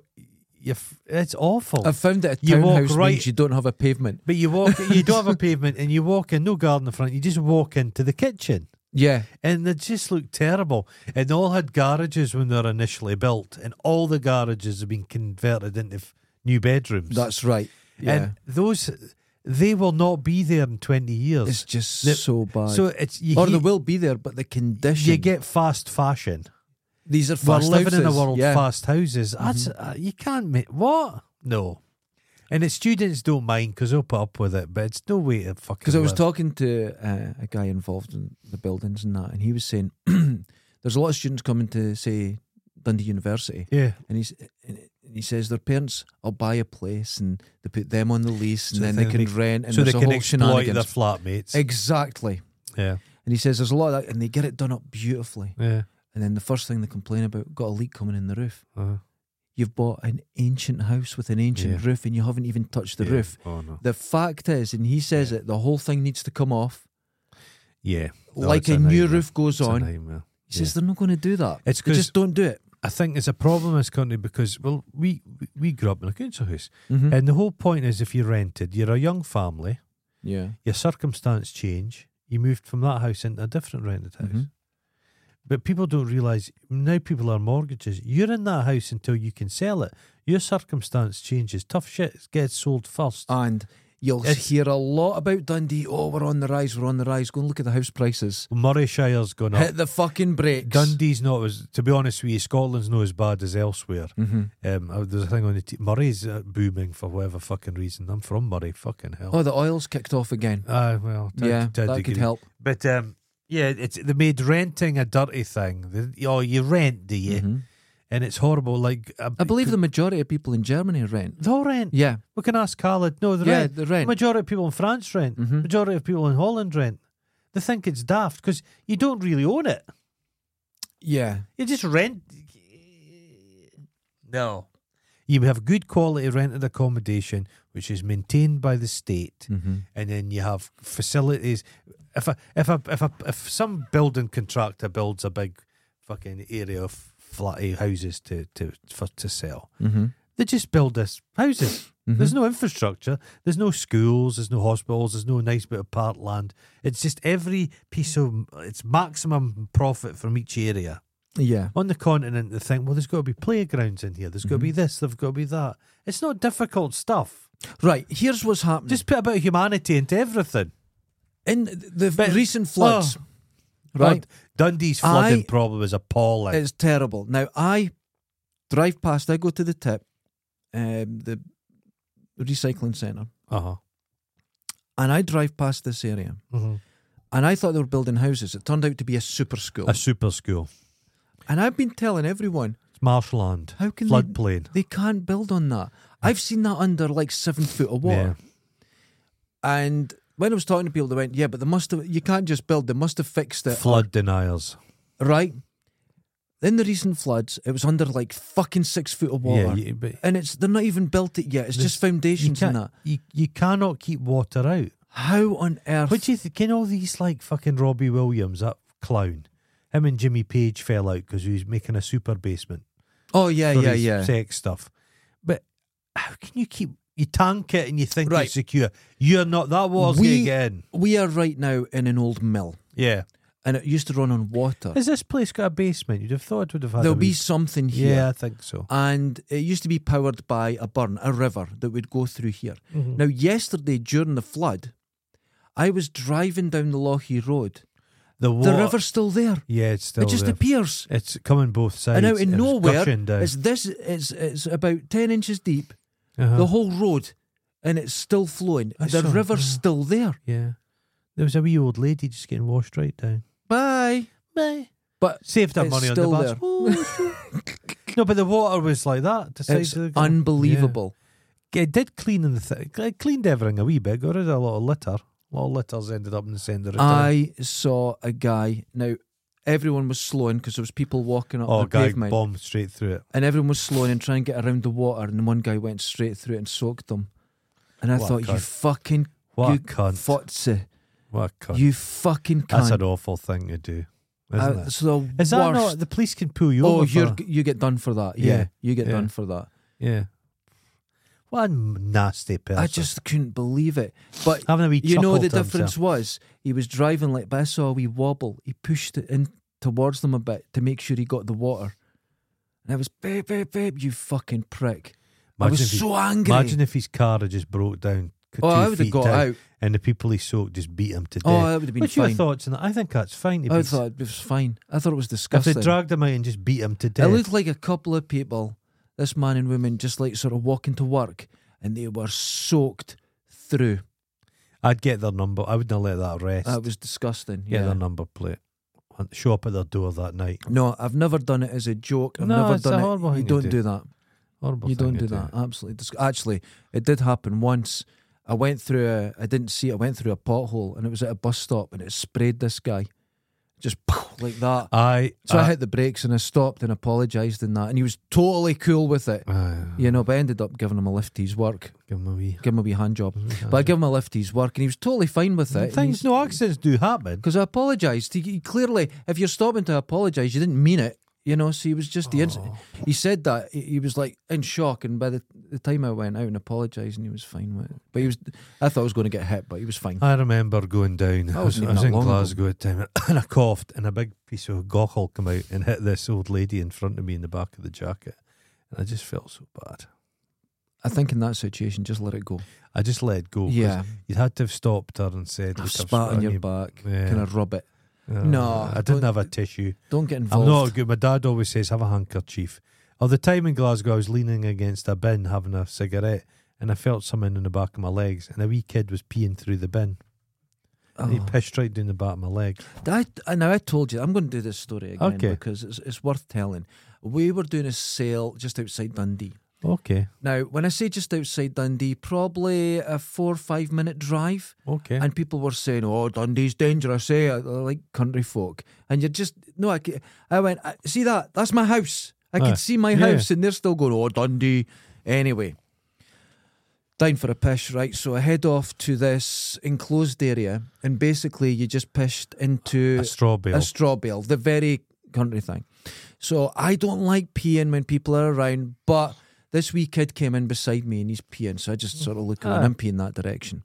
Speaker 1: you it's awful.
Speaker 2: I've found that a
Speaker 1: You walk
Speaker 2: townhouse
Speaker 1: right-
Speaker 2: means you don't have a pavement.
Speaker 1: But you walk, you
Speaker 2: *laughs*
Speaker 1: don't have a pavement, and you walk in, no garden in front. You just walk into the kitchen,
Speaker 2: Yeah,
Speaker 1: and they just look terrible. And they all had garages when they were initially built, and all the garages have been converted into f- new bedrooms.
Speaker 2: that's right. Yeah,
Speaker 1: and those they will not be there in twenty years.
Speaker 2: it's just
Speaker 1: the-
Speaker 2: so bad.
Speaker 1: so it's you,
Speaker 2: or they
Speaker 1: he-
Speaker 2: will be there, but the condition
Speaker 1: you get fast fashion.
Speaker 2: these are
Speaker 1: We're
Speaker 2: fast
Speaker 1: living in a
Speaker 2: houses.
Speaker 1: world
Speaker 2: yeah. Mm-hmm.
Speaker 1: of fast houses. That's uh, you can't make what no. And the students don't mind because they'll put up with it, but it's no way to fucking.
Speaker 2: Because I was
Speaker 1: live.
Speaker 2: talking to uh, a guy involved in the buildings and that, and he was saying *clears throat* there's a lot of students coming to say Dundee University,
Speaker 1: yeah.
Speaker 2: and he's and he says their parents will buy a place and they put them on the lease, and
Speaker 1: So
Speaker 2: then they
Speaker 1: then
Speaker 2: can
Speaker 1: they-
Speaker 2: rent, and
Speaker 1: so they
Speaker 2: there's a
Speaker 1: can
Speaker 2: whole
Speaker 1: exploit their
Speaker 2: shenanigans.
Speaker 1: flatmates.
Speaker 2: Exactly,
Speaker 1: yeah,
Speaker 2: and he says there's a lot of that, and they get it done up beautifully,
Speaker 1: yeah.
Speaker 2: and then the first thing they complain about got a leak coming in the roof.
Speaker 1: uh,
Speaker 2: You've bought an ancient house with an ancient
Speaker 1: Yeah.
Speaker 2: roof, and you haven't even touched the
Speaker 1: yeah.
Speaker 2: roof.
Speaker 1: Oh no.
Speaker 2: The fact is, and he says it, the whole thing needs to come off.
Speaker 1: Yeah. No,
Speaker 2: like
Speaker 1: it's
Speaker 2: a,
Speaker 1: a
Speaker 2: new
Speaker 1: nightmare.
Speaker 2: roof goes
Speaker 1: It's a
Speaker 2: on.
Speaker 1: nightmare.
Speaker 2: He says they're not going to do that.
Speaker 1: It's
Speaker 2: they
Speaker 1: 'cause-
Speaker 2: just don't do it.
Speaker 1: I think it's a problem in this country because well, we we grew up in a council house,
Speaker 2: Mm-hmm.
Speaker 1: and the whole point is if you rented, you're a young family,
Speaker 2: yeah,
Speaker 1: your circumstance change, you moved from that house into a different rented house.
Speaker 2: Mhm.
Speaker 1: But people don't realise now people are mortgages. You're in that house until you can sell it. Your circumstance changes. Tough shit gets sold first.
Speaker 2: and you'll
Speaker 1: It's-
Speaker 2: hear a lot about Dundee. Oh, we're on the rise. We're on the rise. Go and look at the house prices.
Speaker 1: Murray Shire's going up.
Speaker 2: Hit the fucking brakes.
Speaker 1: Dundee's not as, to be honest with you, Scotland's not as bad as elsewhere.
Speaker 2: hmm
Speaker 1: Um, uh, there's a thing on the t- Murray's uh, booming for whatever fucking reason. I'm from Murray, fucking hell.
Speaker 2: Oh, the oil's kicked off again.
Speaker 1: Ah, well, to-
Speaker 2: yeah,
Speaker 1: to a
Speaker 2: that
Speaker 1: degree.
Speaker 2: could help.
Speaker 1: But um, yeah, it's they made renting a dirty thing. They- oh, you rent, do you?
Speaker 2: Mhm.
Speaker 1: And it's horrible. Like
Speaker 2: I believe the majority of people in Germany rent.
Speaker 1: they all rent.
Speaker 2: Yeah,
Speaker 1: We can ask Khaled. No, they
Speaker 2: yeah,
Speaker 1: rent.
Speaker 2: the rent.
Speaker 1: Majority of people in France rent.
Speaker 2: Mhm.
Speaker 1: Majority of people in Holland rent. They think it's daft because you don't really own it.
Speaker 2: yeah,
Speaker 1: You just rent. No. You have good quality rented accommodation, which is maintained by the state,
Speaker 2: Mhm.
Speaker 1: and then you have facilities. If a, if a, if a, if some building contractor builds a big fucking area of flat houses to to for to sell,
Speaker 2: Mhm.
Speaker 1: they just build this houses. There's no infrastructure. There's no schools. There's no hospitals. There's no nice bit of parkland. It's just every piece of it's maximum profit from each area
Speaker 2: yeah.
Speaker 1: on the continent they think, well, there's got to be playgrounds in here. There's got to be this. There's got to be that. It's not difficult stuff.
Speaker 2: Right. Here's what's happening.
Speaker 1: Just put a bit of humanity into everything.
Speaker 2: in the
Speaker 1: But-
Speaker 2: recent floods, right?
Speaker 1: Oh, Dundee's flooding
Speaker 2: I-
Speaker 1: problem is appalling.
Speaker 2: It's terrible. Now I drive past. I go to the tip, um, the recycling center,
Speaker 1: uh-huh.
Speaker 2: and I drive past this area.
Speaker 1: Mhm.
Speaker 2: And I thought they were building houses. It turned out to be a super school.
Speaker 1: A super school.
Speaker 2: and I've been telling everyone
Speaker 1: It's marshland.
Speaker 2: how can they,
Speaker 1: Floodplain.
Speaker 2: they can't build on that. I've seen that under like seven foot of water. And when I was talking to people, they went, "Yeah, but they must have. You can't just build. They must have fixed
Speaker 1: Yeah.
Speaker 2: it,
Speaker 1: Flood deniers.
Speaker 2: right?" In the recent floods, it was under like fucking six foot of water.
Speaker 1: Yeah, you, but
Speaker 2: and it's they're not even built it yet. It's
Speaker 1: This-
Speaker 2: just
Speaker 1: you,
Speaker 2: foundations and
Speaker 1: can't,
Speaker 2: that.
Speaker 1: you, you cannot keep water out.
Speaker 2: How on earth?
Speaker 1: What do you think? Can all these like fucking Robbie Williams, that clown? Him and Jimmy Page fell out because he was making a super basement.
Speaker 2: oh yeah,
Speaker 1: for
Speaker 2: yeah,
Speaker 1: his
Speaker 2: yeah.
Speaker 1: sex stuff. But how can you keep you tank it and you think
Speaker 2: Right.
Speaker 1: it's secure? You're not that water's
Speaker 2: We-
Speaker 1: going to get in.
Speaker 2: We are right now in an old mill,
Speaker 1: Yeah,
Speaker 2: and it used to run on water.
Speaker 1: Has this place got a basement? You'd have thought it would have had.
Speaker 2: There'll
Speaker 1: a
Speaker 2: be
Speaker 1: wee-
Speaker 2: something here.
Speaker 1: Yeah, I think so.
Speaker 2: And it used to be powered by a burn, a river that would go through here.
Speaker 1: Mm-hmm.
Speaker 2: Now, yesterday during the flood, I was driving down the Lochie Road.
Speaker 1: The, water,
Speaker 2: The river's still there.
Speaker 1: Yeah, it's still
Speaker 2: it just
Speaker 1: there.
Speaker 2: appears.
Speaker 1: It's coming both sides.
Speaker 2: and out in
Speaker 1: It was
Speaker 2: nowhere,
Speaker 1: gushing down.
Speaker 2: it's this. It's it's about ten inches deep.
Speaker 1: Uh-huh.
Speaker 2: The whole road, and it's still flowing.
Speaker 1: I
Speaker 2: the
Speaker 1: saw-
Speaker 2: river's
Speaker 1: yeah.
Speaker 2: still there.
Speaker 1: Yeah. There was a wee old lady just getting washed right down.
Speaker 2: Bye.
Speaker 1: Bye.
Speaker 2: But
Speaker 1: Saved her
Speaker 2: It's
Speaker 1: money on the
Speaker 2: still
Speaker 1: bus.
Speaker 2: there.
Speaker 1: Woo.
Speaker 2: *laughs*
Speaker 1: no, but the water was like that. the size
Speaker 2: it's
Speaker 1: of the-
Speaker 2: unbelievable.
Speaker 1: Yeah. It did clean in the th- it cleaned everything a wee bit, got rid of a lot of litter. A lot of litters ended up in the centre of town.
Speaker 2: I saw a guy. Now, everyone was slowing because there was people walking up
Speaker 1: Oh,
Speaker 2: the
Speaker 1: guy
Speaker 2: pavement,
Speaker 1: bombed straight through it.
Speaker 2: and everyone was slowing and trying to get around the water. And one guy went straight through it and soaked them. And I
Speaker 1: What a
Speaker 2: thought, you
Speaker 1: cunt.
Speaker 2: fucking
Speaker 1: What
Speaker 2: you
Speaker 1: a cunt.
Speaker 2: Fotze,
Speaker 1: what a cunt.
Speaker 2: you fucking
Speaker 1: That's
Speaker 2: cunt.
Speaker 1: an awful thing to do,
Speaker 2: Uh,
Speaker 1: isn't it?
Speaker 2: it's the
Speaker 1: Is that
Speaker 2: worst.
Speaker 1: not the police can pull you
Speaker 2: oh,
Speaker 1: over? for
Speaker 2: you
Speaker 1: that.
Speaker 2: you get done for that.
Speaker 1: Yeah,
Speaker 2: Yeah, you get
Speaker 1: yeah.
Speaker 2: done for that.
Speaker 1: yeah. What a nasty person!
Speaker 2: I just couldn't believe it. But
Speaker 1: having a wee
Speaker 2: you
Speaker 1: chuckle
Speaker 2: know the
Speaker 1: to himself.
Speaker 2: difference was he was driving like, but I saw a wee wobble. He pushed it in towards them a bit to make sure he got the water. And I was, babe, babe, babe, you fucking prick. I
Speaker 1: Imagine
Speaker 2: was
Speaker 1: if he-
Speaker 2: so angry.
Speaker 1: Imagine if his car had just broke down. c-
Speaker 2: oh,
Speaker 1: two
Speaker 2: I would have
Speaker 1: feet
Speaker 2: got
Speaker 1: down,
Speaker 2: out.
Speaker 1: and the people he soaked just beat him to death.
Speaker 2: Oh, that would have been
Speaker 1: What's your
Speaker 2: fine.
Speaker 1: thoughts on that? I think that's fine. To
Speaker 2: I
Speaker 1: be-
Speaker 2: thought it was fine. I thought it was
Speaker 1: if they
Speaker 2: disgusting.
Speaker 1: dragged him out and just beat him to
Speaker 2: it
Speaker 1: death,
Speaker 2: looked like a couple of people, this man and woman, just like sort of walking to work, and they were soaked through.
Speaker 1: I'd get their number. I wouldn't let that rest.
Speaker 2: That was disgusting.
Speaker 1: get
Speaker 2: Uh, Yeah.
Speaker 1: their number plate. and Show up at their door that night.
Speaker 2: No, I've never done it as a joke. I've
Speaker 1: No,
Speaker 2: never
Speaker 1: it's a
Speaker 2: done it.
Speaker 1: horrible
Speaker 2: you
Speaker 1: thing to
Speaker 2: don't
Speaker 1: do.
Speaker 2: do that.
Speaker 1: Horrible
Speaker 2: You
Speaker 1: thing
Speaker 2: don't
Speaker 1: to
Speaker 2: do that. Absolutely. Dis- Actually, it did happen once. I went through a, I didn't see it. I went through a pothole and it was at a bus stop and it sprayed this guy just *laughs* like that.
Speaker 1: I.
Speaker 2: So I
Speaker 1: I-
Speaker 2: hit the brakes and I stopped and apologised and that. And he was totally cool with it,
Speaker 1: Aye,
Speaker 2: you know, but I ended up giving him a lift to his work,
Speaker 1: uh, give him a wee.
Speaker 2: give him a wee hand job. But I gave him a lift to his work and he was totally fine with it.
Speaker 1: Things, no accidents do happen.
Speaker 2: Because I apologised. He, he clearly, if you're stopping to apologise, you didn't mean it. You know, so he was just the. ins-
Speaker 1: Oh.
Speaker 2: He said that he, he was like in shock, and by the, the time I went out and apologising, he was fine with it. But he was, I thought I was going to get hit, but he was fine.
Speaker 1: I remember going down. I was,
Speaker 2: wasn't
Speaker 1: I
Speaker 2: even
Speaker 1: was
Speaker 2: that
Speaker 1: in
Speaker 2: long ago.
Speaker 1: Glasgow at the time and *coughs* I coughed, and a big piece of gockle come out and hit this old lady in front of me in the back of the jacket. And I just felt so bad.
Speaker 2: I think in that situation, just let it go.
Speaker 1: I just let it go. 'cause
Speaker 2: yeah,
Speaker 1: You'd had to have stopped her and said,
Speaker 2: I've
Speaker 1: "Look,
Speaker 2: spat, on your back.
Speaker 1: Yeah.
Speaker 2: Can I rub it?
Speaker 1: Uh,
Speaker 2: No,
Speaker 1: I
Speaker 2: don't-
Speaker 1: didn't have a tissue.
Speaker 2: Don't get
Speaker 1: I'm
Speaker 2: involved.
Speaker 1: not good. My dad always says, have a handkerchief. Or the time in Glasgow, I was leaning against a bin having a cigarette and I felt something in the back of my legs and a wee kid was peeing through the bin. And he
Speaker 2: Oh.
Speaker 1: pissed right down the back of my leg.
Speaker 2: I, I now I told you I'm going to do this story again
Speaker 1: Okay.
Speaker 2: because it's, it's worth telling. We were doing a sale just outside Dundee.
Speaker 1: Okay,
Speaker 2: Now, when I say just outside Dundee, probably a four or five minute drive.
Speaker 1: okay.
Speaker 2: And people were saying, "Oh, Dundee's dangerous, eh?" I- I Like country folk, and you're just no. I, ca- I went, I, "See that? That's my house. I
Speaker 1: Aye.
Speaker 2: can see my
Speaker 1: Yeah.
Speaker 2: house," and they're still going, "Oh, Dundee." Anyway, down for a piss, right? So I head off to this enclosed area, and basically you just pished into
Speaker 1: a straw bale.
Speaker 2: a straw bale, the very country thing. So I don't like peeing when people are around, but this wee kid came in beside me and he's peeing. So I just sort of look at him
Speaker 1: Aye.
Speaker 2: and I'm peeing that direction.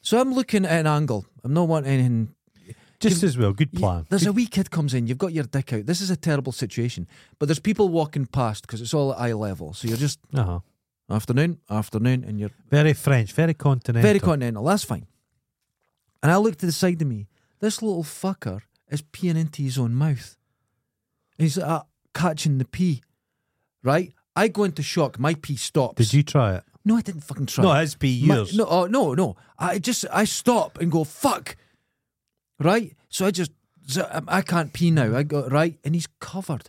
Speaker 2: So I'm looking at an angle. I'm not wanting anything.
Speaker 1: Just as well. Good plan.
Speaker 2: There's a wee kid comes in. You've got your dick out. This is a terrible situation. But there's people walking past because it's all at eye level. So you're just
Speaker 1: uh-huh.
Speaker 2: afternoon, afternoon, and you're
Speaker 1: Very French, very continental.
Speaker 2: very continental. That's fine. And I look to the side of me. This little fucker is peeing into his own mouth. He's uh, catching the pee, right? I go into shock. My pee stops.
Speaker 1: Did you try it?
Speaker 2: No, I didn't fucking try.
Speaker 1: No, it's be
Speaker 2: My-
Speaker 1: years.
Speaker 2: no, oh, no, no. I just I stop and go fuck, right? So I just so um, I- I can't pee now. I go right, and he's covered.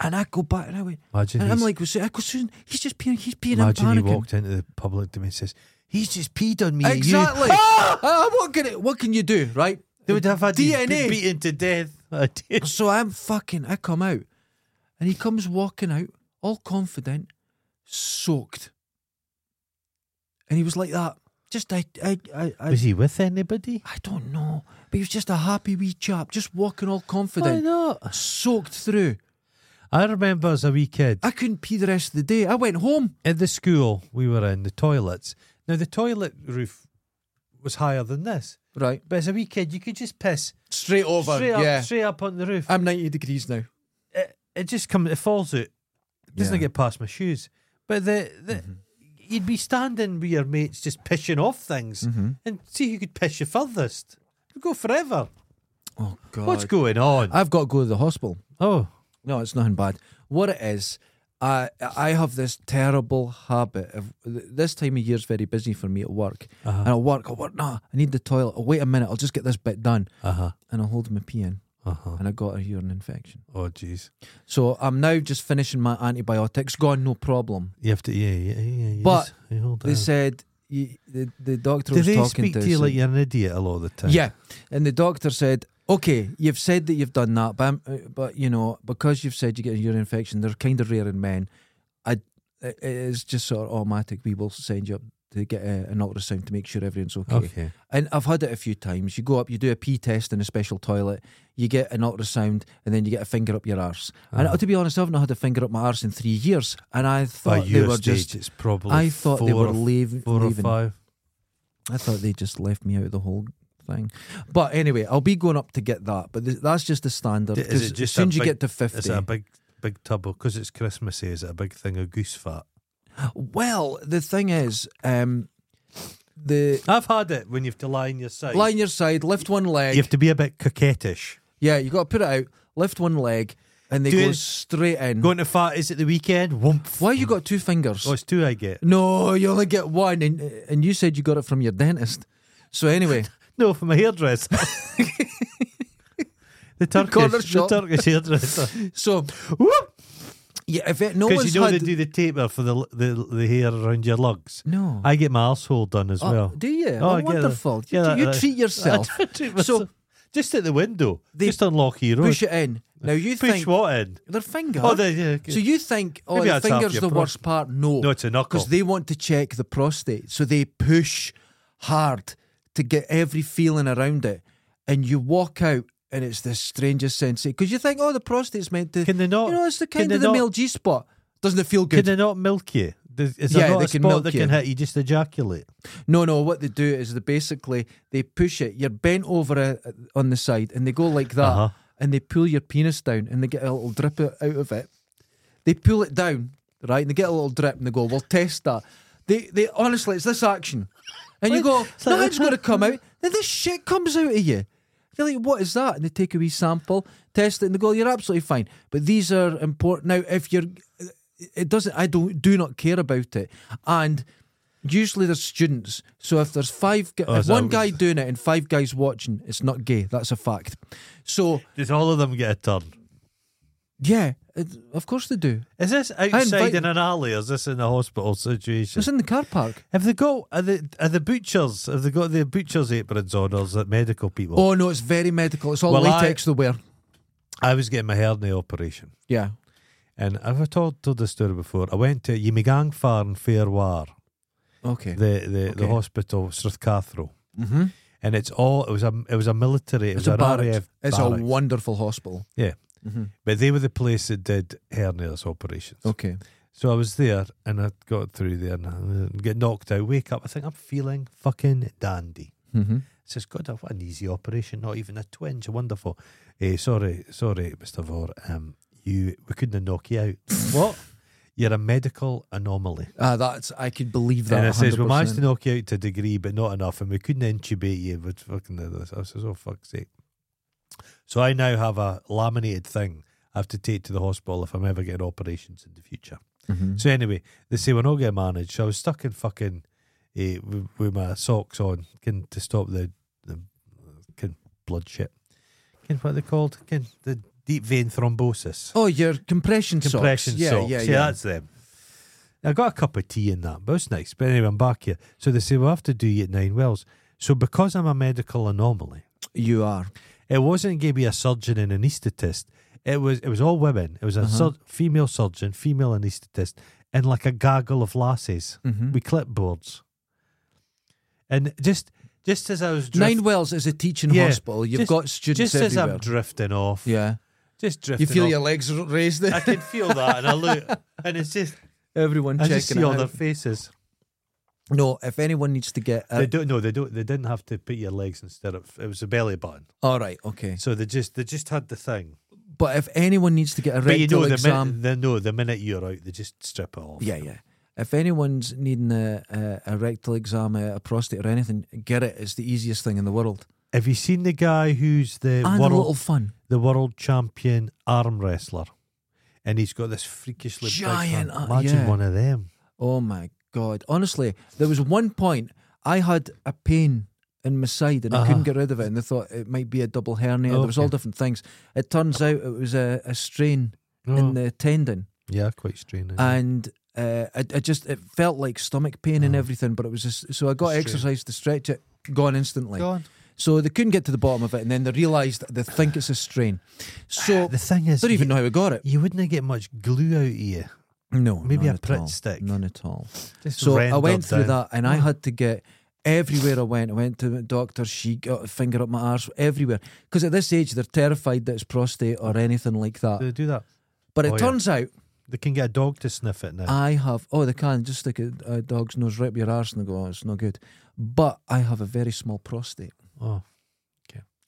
Speaker 2: And I go back and I went.
Speaker 1: Imagine
Speaker 2: and I'm
Speaker 1: he's-
Speaker 2: like, I go, Susan, he's just peeing. He's peeing.
Speaker 1: Imagine
Speaker 2: I'm
Speaker 1: he
Speaker 2: panicking.
Speaker 1: walked into the public domain and says, He's just peed on me. and you-"
Speaker 2: Exactly.
Speaker 1: Ah!
Speaker 2: Ah, what can it, what can you do, right?
Speaker 1: *laughs* They would have had you
Speaker 2: DNA.
Speaker 1: beaten to death. *laughs* I did.
Speaker 2: So I'm fucking. I come out, and he comes walking out, all confident, soaked, and he was like that. Just I, I, I, I,
Speaker 1: Was he with anybody?
Speaker 2: I don't know, but he was just a happy wee chap, just walking all
Speaker 1: Why
Speaker 2: confident,
Speaker 1: not?
Speaker 2: soaked through.
Speaker 1: I remember as a wee kid
Speaker 2: I couldn't pee the rest of the day. I went home.
Speaker 1: at the school we were in, the toilets. Now, the toilet roof was higher than this.
Speaker 2: Right.
Speaker 1: But as a wee kid, you could just piss
Speaker 2: Straight over.
Speaker 1: straight up,
Speaker 2: yeah.
Speaker 1: straight up on the roof.
Speaker 2: I'm 90 degrees now.
Speaker 1: it, it just comes, it falls out. It doesn't
Speaker 2: Yeah. Mm-hmm.
Speaker 1: get past my shoes. But the, the you'd be standing with your mates just pissing off things
Speaker 2: Mm-hmm.
Speaker 1: and see who could piss you furthest. Could go forever.
Speaker 2: Oh, God.
Speaker 1: What's going on?
Speaker 2: I've got to go to the hospital.
Speaker 1: oh,
Speaker 2: No, it's nothing bad. What it is, I I have this terrible habit of this time of year is very busy for me at work,
Speaker 1: Uh-huh.
Speaker 2: and I'll work. I'll work. Nah, I need the toilet. I'll wait a minute. I'll just get this bit done,
Speaker 1: uh huh,
Speaker 2: and I'll hold my pee in,
Speaker 1: uh huh.
Speaker 2: and I got a urine infection.
Speaker 1: Oh, jeez.
Speaker 2: So I'm now just finishing my antibiotics. Gone, no problem.
Speaker 1: You have to, yeah, yeah, yeah. You
Speaker 2: But
Speaker 1: just- you hold
Speaker 2: They
Speaker 1: down.
Speaker 2: said you, the the doctor
Speaker 1: do
Speaker 2: was
Speaker 1: Uh-huh. they
Speaker 2: talking
Speaker 1: speak to
Speaker 2: us
Speaker 1: you
Speaker 2: and-
Speaker 1: like you're an idiot a lot of the time?
Speaker 2: Yeah, and the doctor said, "Okay, you've said that you've done that, but I'm- uh, but you know because you've said you get a urine infection, they're kind of rare in men. I it is just sort of automatic. We will send you up to get a, an ultrasound to make sure everything's okay.
Speaker 1: Okay.
Speaker 2: And I've had it a few times. You go up, you do a pee test in a special toilet, you get an ultrasound, and then you get a finger up your arse. And to be honest, I haven't had a finger up my arse in three years, and I
Speaker 1: Uh-huh. By
Speaker 2: thought they
Speaker 1: your
Speaker 2: were
Speaker 1: stage,
Speaker 2: just.
Speaker 1: it's probably.
Speaker 2: I thought they
Speaker 1: four
Speaker 2: were
Speaker 1: or-
Speaker 2: leaving.
Speaker 1: Four or
Speaker 2: leaving.
Speaker 1: five.
Speaker 2: I thought they just left me out of the whole thing. But anyway, I'll be going up to get that. But th- that's just the standard.
Speaker 1: D- is
Speaker 2: 'cause
Speaker 1: it
Speaker 2: as
Speaker 1: just a
Speaker 2: soon as you
Speaker 1: big-
Speaker 2: get to
Speaker 1: Is
Speaker 2: 50.
Speaker 1: it a big, big tub? Because it's Christmassy, is it a big thing of goose fat?
Speaker 2: Well, the thing is, um, the
Speaker 1: I've had it when you have to lie on your side.
Speaker 2: lie on your side, lift one leg.
Speaker 1: you have to be a bit coquettish.
Speaker 2: yeah, you got to put it out, lift one leg, and they
Speaker 1: Do
Speaker 2: go
Speaker 1: it-
Speaker 2: straight in.
Speaker 1: Going to fat is at the weekend. Whoomph.
Speaker 2: Why you got two fingers?
Speaker 1: Oh, it's two I get.
Speaker 2: no, you only get one. And, and you said you got it from your dentist.
Speaker 1: *laughs*
Speaker 2: So anyway,
Speaker 1: No, for my hairdresser.
Speaker 2: *laughs*
Speaker 1: the Turkish,
Speaker 2: corner
Speaker 1: the,
Speaker 2: shop.
Speaker 1: Turkish
Speaker 2: *laughs*
Speaker 1: hairdresser.
Speaker 2: so yeah, if it, no
Speaker 1: Because
Speaker 2: one's
Speaker 1: you know
Speaker 2: had
Speaker 1: they do the taper for the, the the hair around your lugs.
Speaker 2: no.
Speaker 1: I get my asshole done as
Speaker 2: Oh,
Speaker 1: well.
Speaker 2: do you?
Speaker 1: Oh,
Speaker 2: Oh,
Speaker 1: I get that.
Speaker 2: wonderful. You-
Speaker 1: Yeah, that-
Speaker 2: you
Speaker 1: that-
Speaker 2: treat yourself.
Speaker 1: *laughs* I don't do
Speaker 2: So-
Speaker 1: myself. just at the window,
Speaker 2: They
Speaker 1: just unlock your road.
Speaker 2: Push it in. Now you
Speaker 1: Push
Speaker 2: think
Speaker 1: what in?
Speaker 2: their finger.
Speaker 1: Oh, the, yeah,
Speaker 2: so you think oh
Speaker 1: Maybe
Speaker 2: the
Speaker 1: that's half
Speaker 2: finger's
Speaker 1: your
Speaker 2: the
Speaker 1: pro-
Speaker 2: worst part? No,
Speaker 1: no, it's a knuckle.
Speaker 2: because they want to check the prostate, so they push hard to get every feeling around it, and you walk out. And it's the strangest sensation because you think, oh, the prostate's meant to.
Speaker 1: Can they not-
Speaker 2: You know, it's the
Speaker 1: can
Speaker 2: kind
Speaker 1: they
Speaker 2: of the
Speaker 1: not-
Speaker 2: male G spot. Doesn't it feel
Speaker 1: Can
Speaker 2: good?
Speaker 1: they not milk you? Does- Is there
Speaker 2: Yeah,
Speaker 1: not
Speaker 2: they
Speaker 1: a
Speaker 2: can
Speaker 1: spot
Speaker 2: milk
Speaker 1: that
Speaker 2: you.
Speaker 1: can hit you just ejaculate?
Speaker 2: No, no. What they do is they basically they push it. You're bent over uh on the side, and they go like that,
Speaker 1: Uh-huh.
Speaker 2: and they pull your penis down, and they get a little drip out out of it. They pull it down, right, and they get a little drip, and they go, "We'll test that." They, they honestly, it's this action, and you go,
Speaker 1: It's like-
Speaker 2: "No, it's going to come out." Then this shit comes out of you. You're like, "What is that?" And they take a wee sample, test it, and they go, "You're absolutely fine." But these are important. Now, if you're, it doesn't. I don't do not care about it, and. Usually there's students, so if there's five, gu-
Speaker 1: Oh,
Speaker 2: if
Speaker 1: so-
Speaker 2: one guy doing it and five guys watching, it's not gay. That's a fact. So
Speaker 1: Does all of them get a turn?
Speaker 2: yeah, it, of course they do.
Speaker 1: Is this
Speaker 2: invite-
Speaker 1: outside in an alley? Or is this in a hospital situation?
Speaker 2: It's in the car park.
Speaker 1: Have they got are the are the butchers? Have they got the butchers aprons on, or is it medical people?
Speaker 2: Oh no, it's very medical. It's all
Speaker 1: Well, I-
Speaker 2: latex they wear.
Speaker 1: I was getting my hernia operation,
Speaker 2: Yeah.
Speaker 1: and I've told told this story before. I went to Yimigang Farn Fairwar,
Speaker 2: Okay.
Speaker 1: the the, the
Speaker 2: Okay.
Speaker 1: hospital Strathcathro,
Speaker 2: mm-hmm.
Speaker 1: and it's all it was a it was a military. It
Speaker 2: It's
Speaker 1: was
Speaker 2: a
Speaker 1: an
Speaker 2: barrack.
Speaker 1: RAF
Speaker 2: It's
Speaker 1: barracks.
Speaker 2: a wonderful hospital.
Speaker 1: yeah,
Speaker 2: Mhm.
Speaker 1: but they were the place that did hernias operations.
Speaker 2: Okay.
Speaker 1: So I was there, and I got through there, and I get knocked out. Wake up, I think I'm feeling fucking dandy.
Speaker 2: Mm-hmm.
Speaker 1: says, God, what an easy operation, not even a twinge, wonderful. Eh, sorry, sorry, Mr. Vore, um, you, we couldn't knock you out. what? You're a medical anomaly.
Speaker 2: Ah, that's I could believe that.
Speaker 1: and it says, we
Speaker 2: 100%.
Speaker 1: managed to knock you out to a degree, but not enough, and we couldn't intubate you. But fucking this. I says, oh, fuck's sake. So I now have a laminated thing I have to take to the hospital if I'm ever getting operations in the future.
Speaker 2: Mhm.
Speaker 1: So anyway, they say we're not getting managed. So I was stuck in fucking eh, with, with my socks on, can to stop the the can blood shit. Can what are they called? Can the deep vein thrombosis?
Speaker 2: Oh, your compression,
Speaker 1: Compression
Speaker 2: socks. Yeah,
Speaker 1: socks.
Speaker 2: yeah,
Speaker 1: Yeah,
Speaker 2: yeah.
Speaker 1: that's them. I got a cup of tea in that, but it's nice. But anyway, I'm back here. So they say we'll have to do you at nine wells. So because I'm a medical anomaly,
Speaker 2: you are.
Speaker 1: it wasn't going to be a surgeon and anaesthetist. It was it was all women. It was a
Speaker 2: Uh-huh.
Speaker 1: sur- female surgeon, female anaesthetist, and like a gaggle of lasses
Speaker 2: Mm-hmm.
Speaker 1: with clipboards. And just just as I was drifting,
Speaker 2: Nine Wells is a teaching
Speaker 1: Yeah.
Speaker 2: hospital. You've
Speaker 1: Just-
Speaker 2: got students
Speaker 1: just as
Speaker 2: everywhere.
Speaker 1: I'm drifting off,
Speaker 2: yeah.
Speaker 1: just drifting
Speaker 2: You feel
Speaker 1: off,
Speaker 2: your legs r- raised
Speaker 1: I
Speaker 2: there. *laughs*
Speaker 1: can feel that, and I look, and it's just
Speaker 2: Everyone
Speaker 1: I
Speaker 2: checking
Speaker 1: just see
Speaker 2: it
Speaker 1: all
Speaker 2: out.
Speaker 1: their faces.
Speaker 2: No, if anyone needs to get
Speaker 1: they
Speaker 2: a,
Speaker 1: don't. No, they don't. They didn't have to put your legs in stirrup. It was a belly button.
Speaker 2: all right, okay.
Speaker 1: So they just they just had the thing.
Speaker 2: But if anyone needs to get a
Speaker 1: But you
Speaker 2: rectal
Speaker 1: know the
Speaker 2: exam,
Speaker 1: minute they know the minute you're out, they just strip it off.
Speaker 2: yeah, yeah. If anyone's needing a, a, a rectal exam, a, a prostate, or anything, get it. It's the easiest thing in the world
Speaker 1: Have you seen the guy who's the
Speaker 2: and
Speaker 1: world
Speaker 2: a little fun.
Speaker 1: the world champion arm wrestler? And he's got this freakishly big hand.
Speaker 2: Giant, uh,
Speaker 1: Imagine
Speaker 2: yeah.
Speaker 1: one of them.
Speaker 2: Oh my god! Honestly, there was one point I had a pain in my side and I couldn't
Speaker 1: Uh-huh.
Speaker 2: get rid of it, and they thought it might be a double hernia. There was all
Speaker 1: Okay.
Speaker 2: different things. It turns out it was a, a strain
Speaker 1: Oh,
Speaker 2: in the tendon,
Speaker 1: yeah, quite straining.
Speaker 2: and uh, I, I just it felt like stomach pain and
Speaker 1: Oh.
Speaker 2: everything. But it was just, so I got
Speaker 1: Strain.
Speaker 2: exercise to stretch it. Gone instantly.
Speaker 1: Go on.
Speaker 2: So they couldn't get to the bottom of it, and then they realised they think it's a strain. So
Speaker 1: The thing Ah, is,
Speaker 2: don't even
Speaker 1: you,
Speaker 2: know how we got it.
Speaker 1: you wouldn't get much glue out of you.
Speaker 2: No,
Speaker 1: Maybe
Speaker 2: none
Speaker 1: a
Speaker 2: at
Speaker 1: Pritt
Speaker 2: all.
Speaker 1: stick.
Speaker 2: None at all.
Speaker 1: Just
Speaker 2: So I
Speaker 1: rendered
Speaker 2: went through
Speaker 1: down.
Speaker 2: that, and I
Speaker 1: Yeah.
Speaker 2: had to get everywhere I went. I went to the doctor. She got a finger up my arse everywhere because at this age they're terrified that it's prostate or anything like that.
Speaker 1: They do that.
Speaker 2: But it
Speaker 1: Oh, yeah.
Speaker 2: turns out
Speaker 1: They can get a dog to sniff it now.
Speaker 2: I have. Oh, they can just stick a, a dog's nose right up your arse and they go, "Oh, it's no good." But I have a very small prostate.
Speaker 1: oh,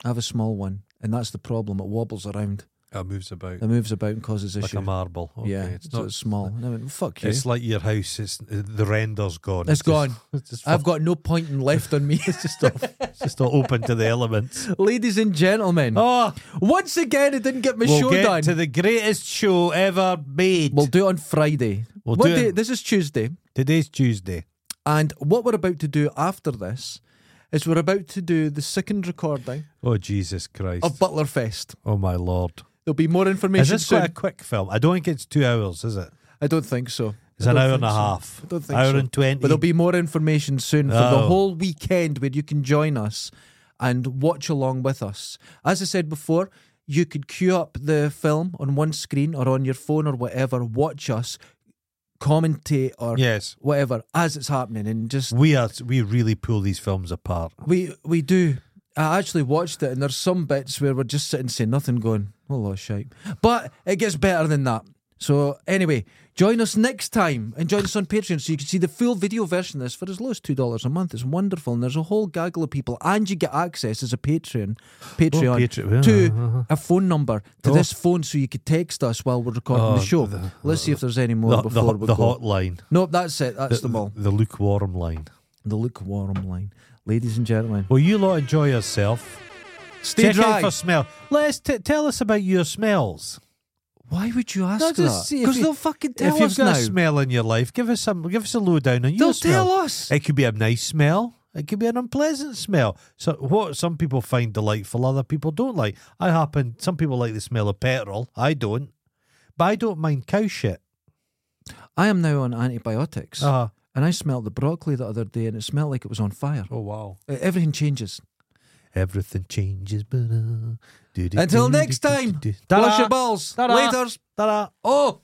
Speaker 2: I have a small one, and that's the problem. It wobbles around,
Speaker 1: it moves about
Speaker 2: it moves about, and causes
Speaker 1: like
Speaker 2: issues.
Speaker 1: a marble. Okay,
Speaker 2: yeah,
Speaker 1: it's
Speaker 2: so
Speaker 1: not.
Speaker 2: it's small. And I went, "Fuck you."
Speaker 1: It's like your house. It's the render's gone.
Speaker 2: It's
Speaker 1: just-
Speaker 2: gone.
Speaker 1: *laughs* It's just,
Speaker 2: I've got no pointing left on me.
Speaker 1: *laughs* it's just not, it's just not open to the elements.
Speaker 2: *laughs* Ladies and gentlemen,
Speaker 1: Oh,
Speaker 2: once again, I didn't get my
Speaker 1: we'll
Speaker 2: show
Speaker 1: get
Speaker 2: done.
Speaker 1: to the greatest show ever made.
Speaker 2: We'll do it on Friday.
Speaker 1: We'll
Speaker 2: What
Speaker 1: do it-
Speaker 2: day- This is Tuesday.
Speaker 1: Today's Tuesday.
Speaker 2: And what we're about to do after this is we're about to do the second recording
Speaker 1: Oh Jesus Christ!
Speaker 2: of Butler Fest.
Speaker 1: oh my Lord!
Speaker 2: There'll be more
Speaker 1: Is
Speaker 2: information
Speaker 1: this
Speaker 2: soon.
Speaker 1: quite a quick film? I don't think it's two hours, is it?
Speaker 2: I don't think so.
Speaker 1: It's
Speaker 2: I
Speaker 1: an
Speaker 2: don't
Speaker 1: hour
Speaker 2: think
Speaker 1: and a
Speaker 2: so.
Speaker 1: half.
Speaker 2: I don't think
Speaker 1: hour
Speaker 2: so.
Speaker 1: and twenty.
Speaker 2: But there'll be more information soon for the
Speaker 1: Oh.
Speaker 2: whole weekend where you can join us and watch along with us. As I said before, you could queue up the film on one screen or on your phone or whatever, watch us, commentate or
Speaker 1: yes.
Speaker 2: whatever as it's happening and just
Speaker 1: We are. We really pull these films apart.
Speaker 2: We we do. I actually watched it, and there's some bits where we're just sitting saying nothing, going, "Oh, lot of shite." But it gets better than that. So anyway, join us next time and join us on Patreon so you can see the full video version of this for as low as two dollars a month. It's wonderful, and there's a whole gaggle of people, and you get access as a Patreon, Patreon
Speaker 1: Oh, Patreon. Uh-huh.
Speaker 2: to a phone number to
Speaker 1: Oh.
Speaker 2: this phone, so you could text us while we're recording
Speaker 1: Oh,
Speaker 2: the show.
Speaker 1: the-
Speaker 2: Let's see if there's any more
Speaker 1: The, the,
Speaker 2: before we
Speaker 1: the
Speaker 2: go.
Speaker 1: hotline.
Speaker 2: Nope, that's it. That's the,
Speaker 1: the,
Speaker 2: ball.
Speaker 1: the lukewarm line.
Speaker 2: The lukewarm line, ladies and gentlemen.
Speaker 1: Well, you lot enjoy yourself.
Speaker 2: Stay
Speaker 1: Check
Speaker 2: dry.
Speaker 1: out for smell. Let's t- tell us about your smells.
Speaker 2: Why would you ask
Speaker 1: No,
Speaker 2: that?
Speaker 1: just see if
Speaker 2: Because
Speaker 1: you-
Speaker 2: they'll fucking
Speaker 1: if
Speaker 2: tell
Speaker 1: you've
Speaker 2: us
Speaker 1: got
Speaker 2: now.
Speaker 1: a smell in your life, give us some. Give us a lowdown on your
Speaker 2: they'll
Speaker 1: smell.
Speaker 2: tell us.
Speaker 1: It could be a nice smell. It could be an unpleasant smell. So what some people find delightful, other people don't like. I happen. Some people like the smell of petrol. I don't. But I don't mind cow shit.
Speaker 2: I am now on antibiotics,
Speaker 1: Uh,
Speaker 2: and I smelled the broccoli the other day, and it smelled like it was on fire.
Speaker 1: oh wow!
Speaker 2: Uh, Everything changes.
Speaker 1: Everything changes. but, uh, do-do-do-do-do-do-do.
Speaker 2: Until next time,
Speaker 1: Ta-ra.
Speaker 2: wash your balls.
Speaker 1: Ta-ra.
Speaker 2: Later.
Speaker 1: Ta-ra.
Speaker 2: Oh.